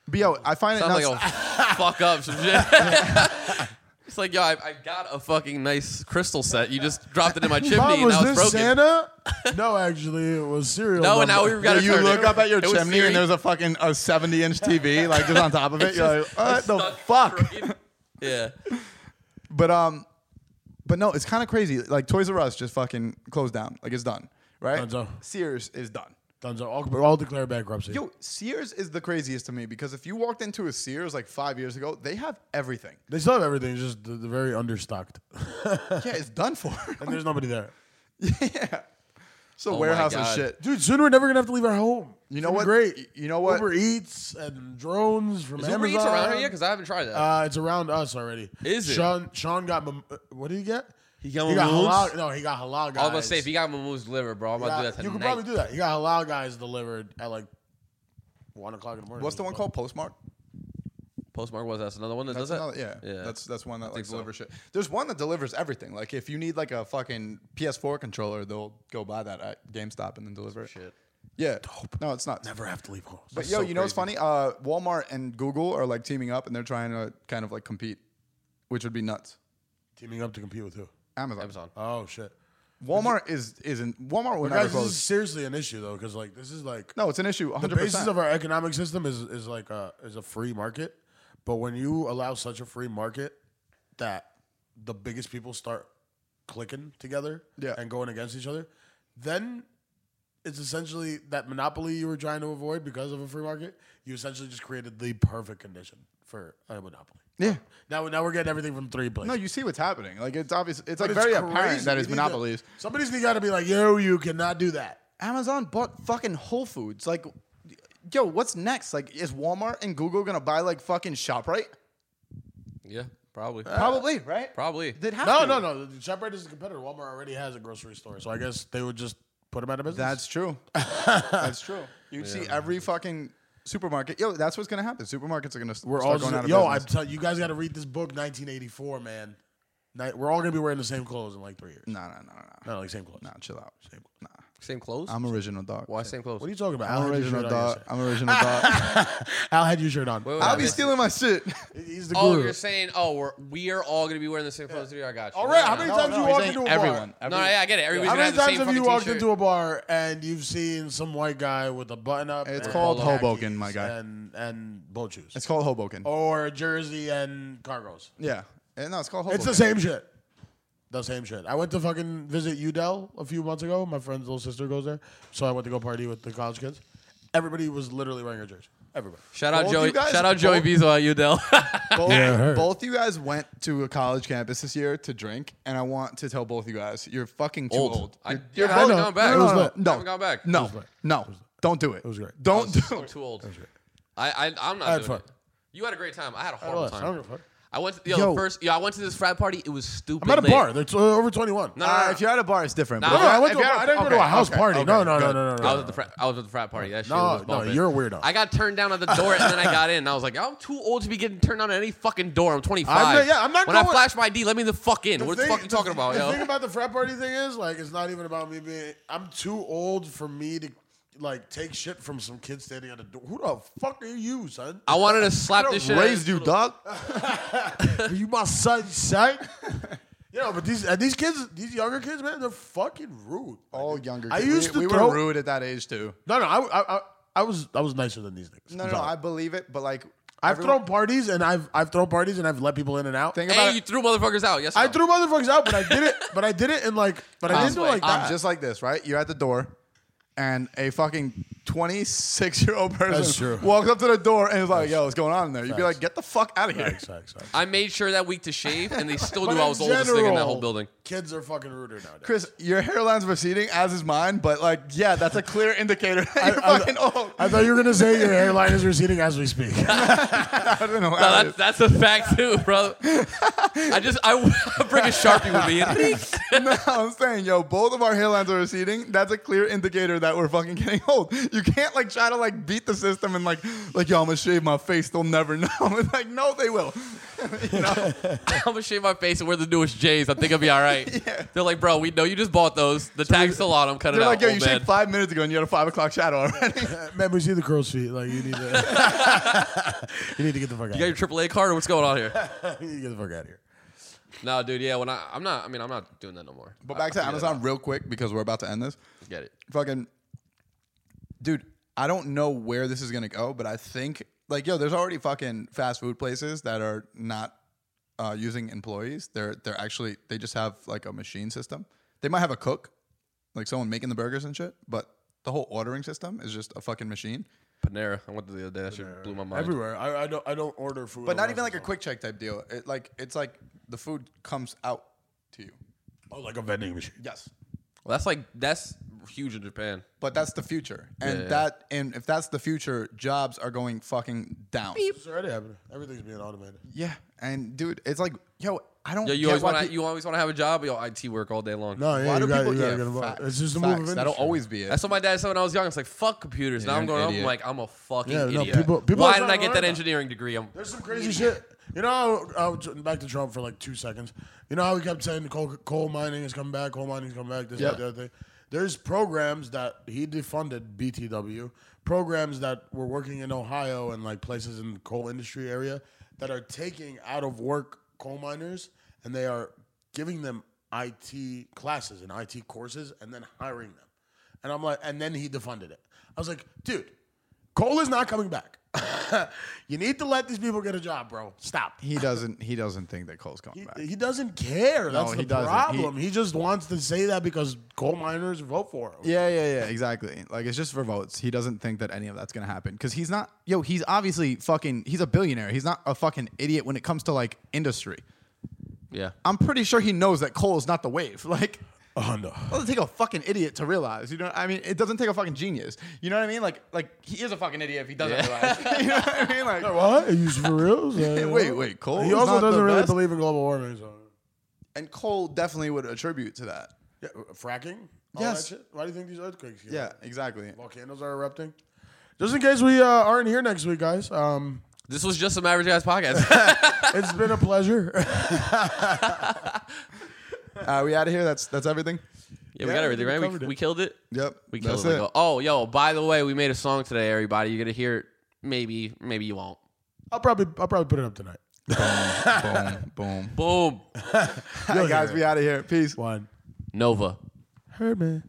B: But yo, I find it
C: Sound like
B: nuts-
C: I'll
D: [LAUGHS]
C: fuck up some shit. [LAUGHS] it's like, yo, I, I got a fucking nice crystal set. You just dropped it in my chimney
D: Mom,
C: and
D: was
C: now it's
D: this
C: broken.
B: [LAUGHS]
D: Santa? no, actually, it was cereal.
C: No, and now
D: number.
C: we've got to
B: you
C: turn
B: look
C: it.
B: up at your
C: It was
B: chimney
C: Siri.
B: and there's a fucking a 70 inch TV like just on top
C: [LAUGHS]
B: of it. You're like, what the
C: Stuck
B: fuck?
C: right- yeah.
B: But um, but no, it's kind of crazy. Like Toys R Us just fucking closed down. Like it's done, right?
D: Dunzo.
B: Sears is done.
D: Dunzo, all, we're all declare bankruptcy.
B: Yo, Sears is the craziest to me because if you walked into a Sears like five years ago, they have
D: [LAUGHS]
B: everything.
D: They still have everything, it's just they're very understocked,
B: Yeah, it's done for. [LAUGHS]
D: and there's nobody there.
B: yeah. So
C: Oh my
B: warehouse and
C: God.
B: shit.
D: [LAUGHS] Dude, soon we're never gonna have to leave our home.
B: You
D: It's
B: know
D: gonna be
B: what?
D: Great.
B: You know what?
D: Uber Eats and drones from
C: Is
D: Amazon.
C: Uber Eats around here yet? Because I haven't tried that.
D: Uh, it's around us already.
C: Is it?
D: Sean Sean got mim- uh, what did he get?
C: He got mamoons?
D: halal. No, he got halal guys.
C: I was gonna say if you got Mamu's liver, bro, I'm
D: He
C: gonna do
D: got-
C: that tonight.
D: you could probably do that. He got halal guys delivered at like one o'clock in the morning.
B: What's the one called? Postmark.
C: Postmark was that's another one that
B: That's
C: does that.
B: another- yeah.
C: yeah.
B: that's that's one that like
C: think so.
B: delivers shit. There's one that delivers everything. Like if you need like a fucking PS4 controller, they'll go buy that at GameStop and then deliver it.
C: shit.
B: Yeah, no, it's not.
D: Never have to leave home.
B: But yo, you know what's funny? Uh, Walmart and Google are like teaming up and they're trying to kind of like compete, which would be nuts.
D: Teaming up to compete with who?
B: Amazon,
C: Amazon.
D: Oh shit.
B: Walmart is isn't Walmart will never
D: Guys, this is
B: close.
D: seriously an issue though, because like this is like
B: No, it's an issue.
D: the
B: 100.
D: basis
B: percent
D: of our economic system is is like a is a free market, but when you allow such a free market that the biggest people start clicking together
B: Yeah.
D: and going against each other, then it's essentially that monopoly you were trying to avoid because of a free market. You essentially just created the perfect condition for a monopoly.
B: Yeah.
D: Now, now we're getting everything from three places.
B: No, you see what's happening. Like it's obvious. It's like
D: But
B: very
D: crazy.
B: apparent that
D: We
B: it's
D: need to-
B: monopolies.
D: Somebody's got to be like, yo, you cannot do that.
B: Amazon bought fucking Whole Foods. Like, yo, what's next? Like, is Walmart and Google gonna buy like fucking Shoprite?
C: Yeah, probably.
D: Uh,
B: Probably, right?
C: probably.
B: They'd have
D: No,
B: to.
D: no, no. The ShopRite is a competitor. Walmart already has a grocery store, so I guess they would just put them out of business.
B: That's true. [LAUGHS] that's true. You'd see every fucking supermarket. Yo, that's what's gonna happen. Supermarkets are gonna
D: we're
B: start
D: all
B: going out
D: just,
B: of
D: yo. I'm
B: business.
D: telling you guys, got to read this book, 1984, man. Ni- We're all gonna be wearing the same clothes in like three years.
B: No, no, no, no, no.
D: No, like same clothes.
B: Nah, chill out. Nah,
C: Same clothes.
B: I'm original dog.
C: Why same clothes?
D: Um, What are you talking about?
B: I'm
D: had your
B: original
D: shirt on
B: dog.
D: yesterday.
B: I'm original dog.
D: Al had your shirt on.
C: Wait, wait,
B: I'll
C: wait.
B: be stealing my shit. [LAUGHS]
D: He's the
C: Oh,
D: guru.
C: you're saying oh we're we are all gonna be wearing the same clothes today. I got you.
D: all right.
C: No,
D: How
C: no,
D: many
C: no.
D: times
B: no,
D: you
B: he's
D: walk
B: saying
D: into a
B: everyone.
D: bar?
C: No, yeah, I get it. Everybody's
D: How
C: gonna
D: many
C: have the
D: times
C: same
D: have
C: fucking
D: you walked
C: t-shirt.
D: into a bar and you've seen some white guy with a button up?
B: It's
D: and
B: called
D: khakis
B: Hoboken, my guy.
D: and and boat shoes,
B: It's called Hoboken.
D: or a jersey and cargos.
B: Yeah. Eh, No, it's called Hoboken.
D: It's the same shit. The same shit. I went to fucking visit Udell a few months ago. My friend's little sister goes there, so I went to go party with the college kids. Everybody was literally wearing a jersey. Everybody.
C: Shout out
B: Both
C: Joey.
B: you guys-
C: Shout out Joey
B: both-
C: Bezo at Udell. [LAUGHS]
D: [LAUGHS]
B: Both,
D: Yeah, I heard.
B: both you guys went to a college campus this year to drink, and I want to tell both you guys you're fucking too
C: Old.
B: old.
C: I-
B: You're-
C: yeah,
B: you're
C: I haven't
B: both-
C: gone back.
B: No,
D: It was
B: no, no,
D: lit.
B: no,
C: I haven't gone back.
B: No,
D: lit.
B: no, don't do it. It
D: was great.
B: Don't do
C: I'm
B: it.
C: too old. I I I'm not
D: had
C: doing
D: fun.
C: it. You had a great time. I had a
D: I don't
C: horrible
D: know, I don't
C: time.
D: give a fuck.
C: I went to yo,
B: Yo.
C: the first. Yo, I went to this frat party. It was stupid.
D: I'm at a
C: lit.
D: bar. They're t- uh, over 21.
C: No, no, no,
B: Uh,
C: no.
B: if you're at a bar, it's different.
C: Nah,
B: but
D: No,
B: if-
D: I, went
B: if
D: to a,
B: you're at
D: I didn't go to
B: okay,
D: a house
B: okay,
D: party.
B: okay,
D: no, no, no,
B: good.
D: no, no, no,
C: I was at the frat. I was at the frat party. That shit
D: No,
C: was
D: no,
C: bumping.
D: you're a weirdo.
C: I got turned down at the door, and then I got in. And I was like, I'm too old to be getting turned down at any fucking door. I'm 25.
D: I'm not- yeah, I'm not
C: When I
D: going-
C: flash my ID, let me the fuck in. what the
D: thing-
C: fuck you talking about,
D: the
C: yo?
D: thing about the frat party thing is, like, it's not even about me being. I'm too old for me to, like, take shit from some kid standing at the door. Who the fuck are you, son?
C: I wanted
D: [LAUGHS]
C: to slap this shit. out of
B: Raised
C: this
B: you,
C: little-
B: dog.
D: Are you my son, son? [LAUGHS] you know, but these and these kids, these younger kids, man, they're fucking rude.
B: All younger.
D: I
B: kids.
D: used
B: we,
D: to
B: we
D: throw-
B: were rude at that age too.
D: No, no, I, I, I, I was, I was nicer than these niggas.
B: No,
D: I'm
B: no, no,
D: sorry.
B: I believe it, but like
D: I've
B: everyone-
D: thrown parties and I've, I've thrown parties and I've let people in and out.
B: Think about
C: Hey, you
B: it.
C: threw motherfuckers out. Yes, or
D: I
C: no?
D: threw motherfuckers out, but I did it, but I did it in like, but I didn't do it like
B: I'm
D: that.
B: just like this, right? You're at the door, and a fucking 26 year old
D: That's true.
B: person walks up to the door and is like, "Yo, what's going on in there?" You'd be
D: Facts.
B: like, "Get the fuck out of here!"
D: Facts, facts, facts.
C: I made sure that week to shave, and they still
D: [LAUGHS] But
C: knew I was the
D: in
C: oldest nigga in that
D: general,
C: whole building.
D: Kids are fucking ruder nowadays.
B: Chris, your hairline's receding, as is mine, but like, yeah, that's a clear indicator that you're
D: I-
B: fucking old. [LAUGHS]
D: I thought you were gonna say your hairline is receding as we speak. [LAUGHS]
B: I don't know.
C: No, Oh, that's, that's a fact too, bro. I just I, [LAUGHS] I bring a sharpie with me. [LAUGHS] And
B: no, I'm saying, yo, both of our hairlines are receding. That's a clear indicator that we're fucking getting old. You can't like try to like beat the system and like like yo, I'm gonna shave my face. They'll never [LAUGHS] know. It's like no, they will. you know,
C: I'm gonna shave my face and wear the newest J's. I think I'll be
B: [LAUGHS]
C: all right. They're like, bro, we know you just bought those. The tag's still on them. Cut it
B: they're
C: out,
B: like yo,
C: old
B: you
C: man.
B: shaved five minutes ago and you had a five o'clock shadow already.
D: Man, we see the crow's feet. Like you need to, you need to [LAUGHS] get the fuck out.
C: you got your AAA card or what's going
B: [LAUGHS]
C: on here?
D: you need to get the fuck out of here. [LAUGHS]
C: no, dude. Yeah, when I, I'm not. I mean, I'm not doing that no more.
B: But
C: I-
B: back
C: I
B: to
C: figured it
B: Amazon real quick because we're about to end this.
C: out. Get it.
B: Fucking dude, I don't know where this is gonna go, but I think like yo, there's already fucking fast food places that are not uh, using employees. They're they're actually they just have like a machine system. They might have a cook, like someone making the burgers and shit, but the whole ordering system is just a fucking machine.
C: Panera. I went to the other day. That shit blew my mind.
D: Everywhere. I, I don't I don't order food.
B: But not
D: unless
B: even like a
D: it's
B: quick check type deal. It like it's like the food comes out to you.
D: on- oh like a vending machine.
B: Yes.
C: Well, that's like that's huge in Japan.
B: But that's the future. And
C: Yeah.
B: that and if that's the future, jobs are going fucking down.
D: It's already happening. Everything's being automated.
B: Yeah, and dude, it's like, yo, I don't.
C: Yeah, you
B: get
C: always
B: why
C: want to.
B: pe-
C: you always want to have a job. Yo, IT work all day long.
D: No,
B: Why
D: yeah, you
B: do
D: got,
B: people?
D: you gotta
B: yeah,
D: get involved.
B: facts,
D: It's just a
B: facts.
D: move of
B: That'll
D: industry.
B: always be it.
C: That's what my dad said when I was young. It's like fuck computers. now
B: you're
C: I'm
B: an
C: growing up. I'm
B: idiot.
C: like I'm a fucking
D: Yeah, no,
C: idiot.
D: people- people are
C: Why did
D: trying
C: I
D: to
C: get
D: learn
C: that
D: that.
C: engineering degree? I'm
D: There's some crazy shit. You know, how, how, back to Trump for like two seconds. You know how we kept saying coal, coal mining is coming back, coal mining is coming back, this,
B: Yeah.
D: that, the other thing. There's programs that he defunded, BTW, programs that were working in Ohio and like places in the coal industry area that are taking out of work coal miners and they are giving them IT classes and IT courses and then hiring them. And I'm like, and then he defunded it. I was like, dude, coal is not coming back. [LAUGHS] you need to let these people get a job, bro. Stop.
B: he doesn't. He doesn't think that Cole's coming
D: He,
B: back.
D: he doesn't care. That's
B: he
D: the
B: doesn't.
D: problem. He, just wants to say that because coal miners vote for him.
B: Yeah, yeah, yeah, exactly. Like it's just for votes. He doesn't think that any of that's gonna happen because he's not. Yo, he's obviously fucking. He's a billionaire. He's not a fucking idiot when it comes to like industry.
C: yeah.
B: I'm pretty sure he knows that coal is not the wave. [LAUGHS] Like.
D: Oh no.
B: It doesn't take a fucking idiot to realize, you know. what I mean, it doesn't take a fucking genius. You know what I mean? Like, like he is a fucking idiot if he doesn't realize. [LAUGHS] you know what I mean? Like,
D: What? Are you for real? [LAUGHS]
B: wait, wait, coal.
D: He
B: is
D: also
B: not the
D: doesn't really
B: best?
D: believe in global warming. So.
B: and coal definitely would attribute to that.
D: Yeah, uh, fracking? All
B: Yes.
D: That shit? Why do you think these earthquakes? Here?
B: Yeah, exactly.
D: Volcanoes are erupting. Just in case we uh, aren't here next week, guys. Um,
B: [LAUGHS]
C: This was just some average ass
D: [LAUGHS]
C: podcast.
D: it's been a pleasure. [LAUGHS]
B: Uh, we out of here. That's that's everything.
C: yeah, we got everything
D: we
C: right.
D: covered
C: We,
D: it.
C: we killed it.
B: Yep.
C: We killed
B: that's
C: it.
B: it.
C: Like, oh, yo! By the way, we made a song today, everybody. You're gonna hear it. Maybe, maybe you won't.
D: I'll probably I'll probably put it up tonight.
B: boom, boom, boom.
C: Boom.
B: All right, guys, we out of here. Peace.
D: One.
C: Nova.
D: Herman.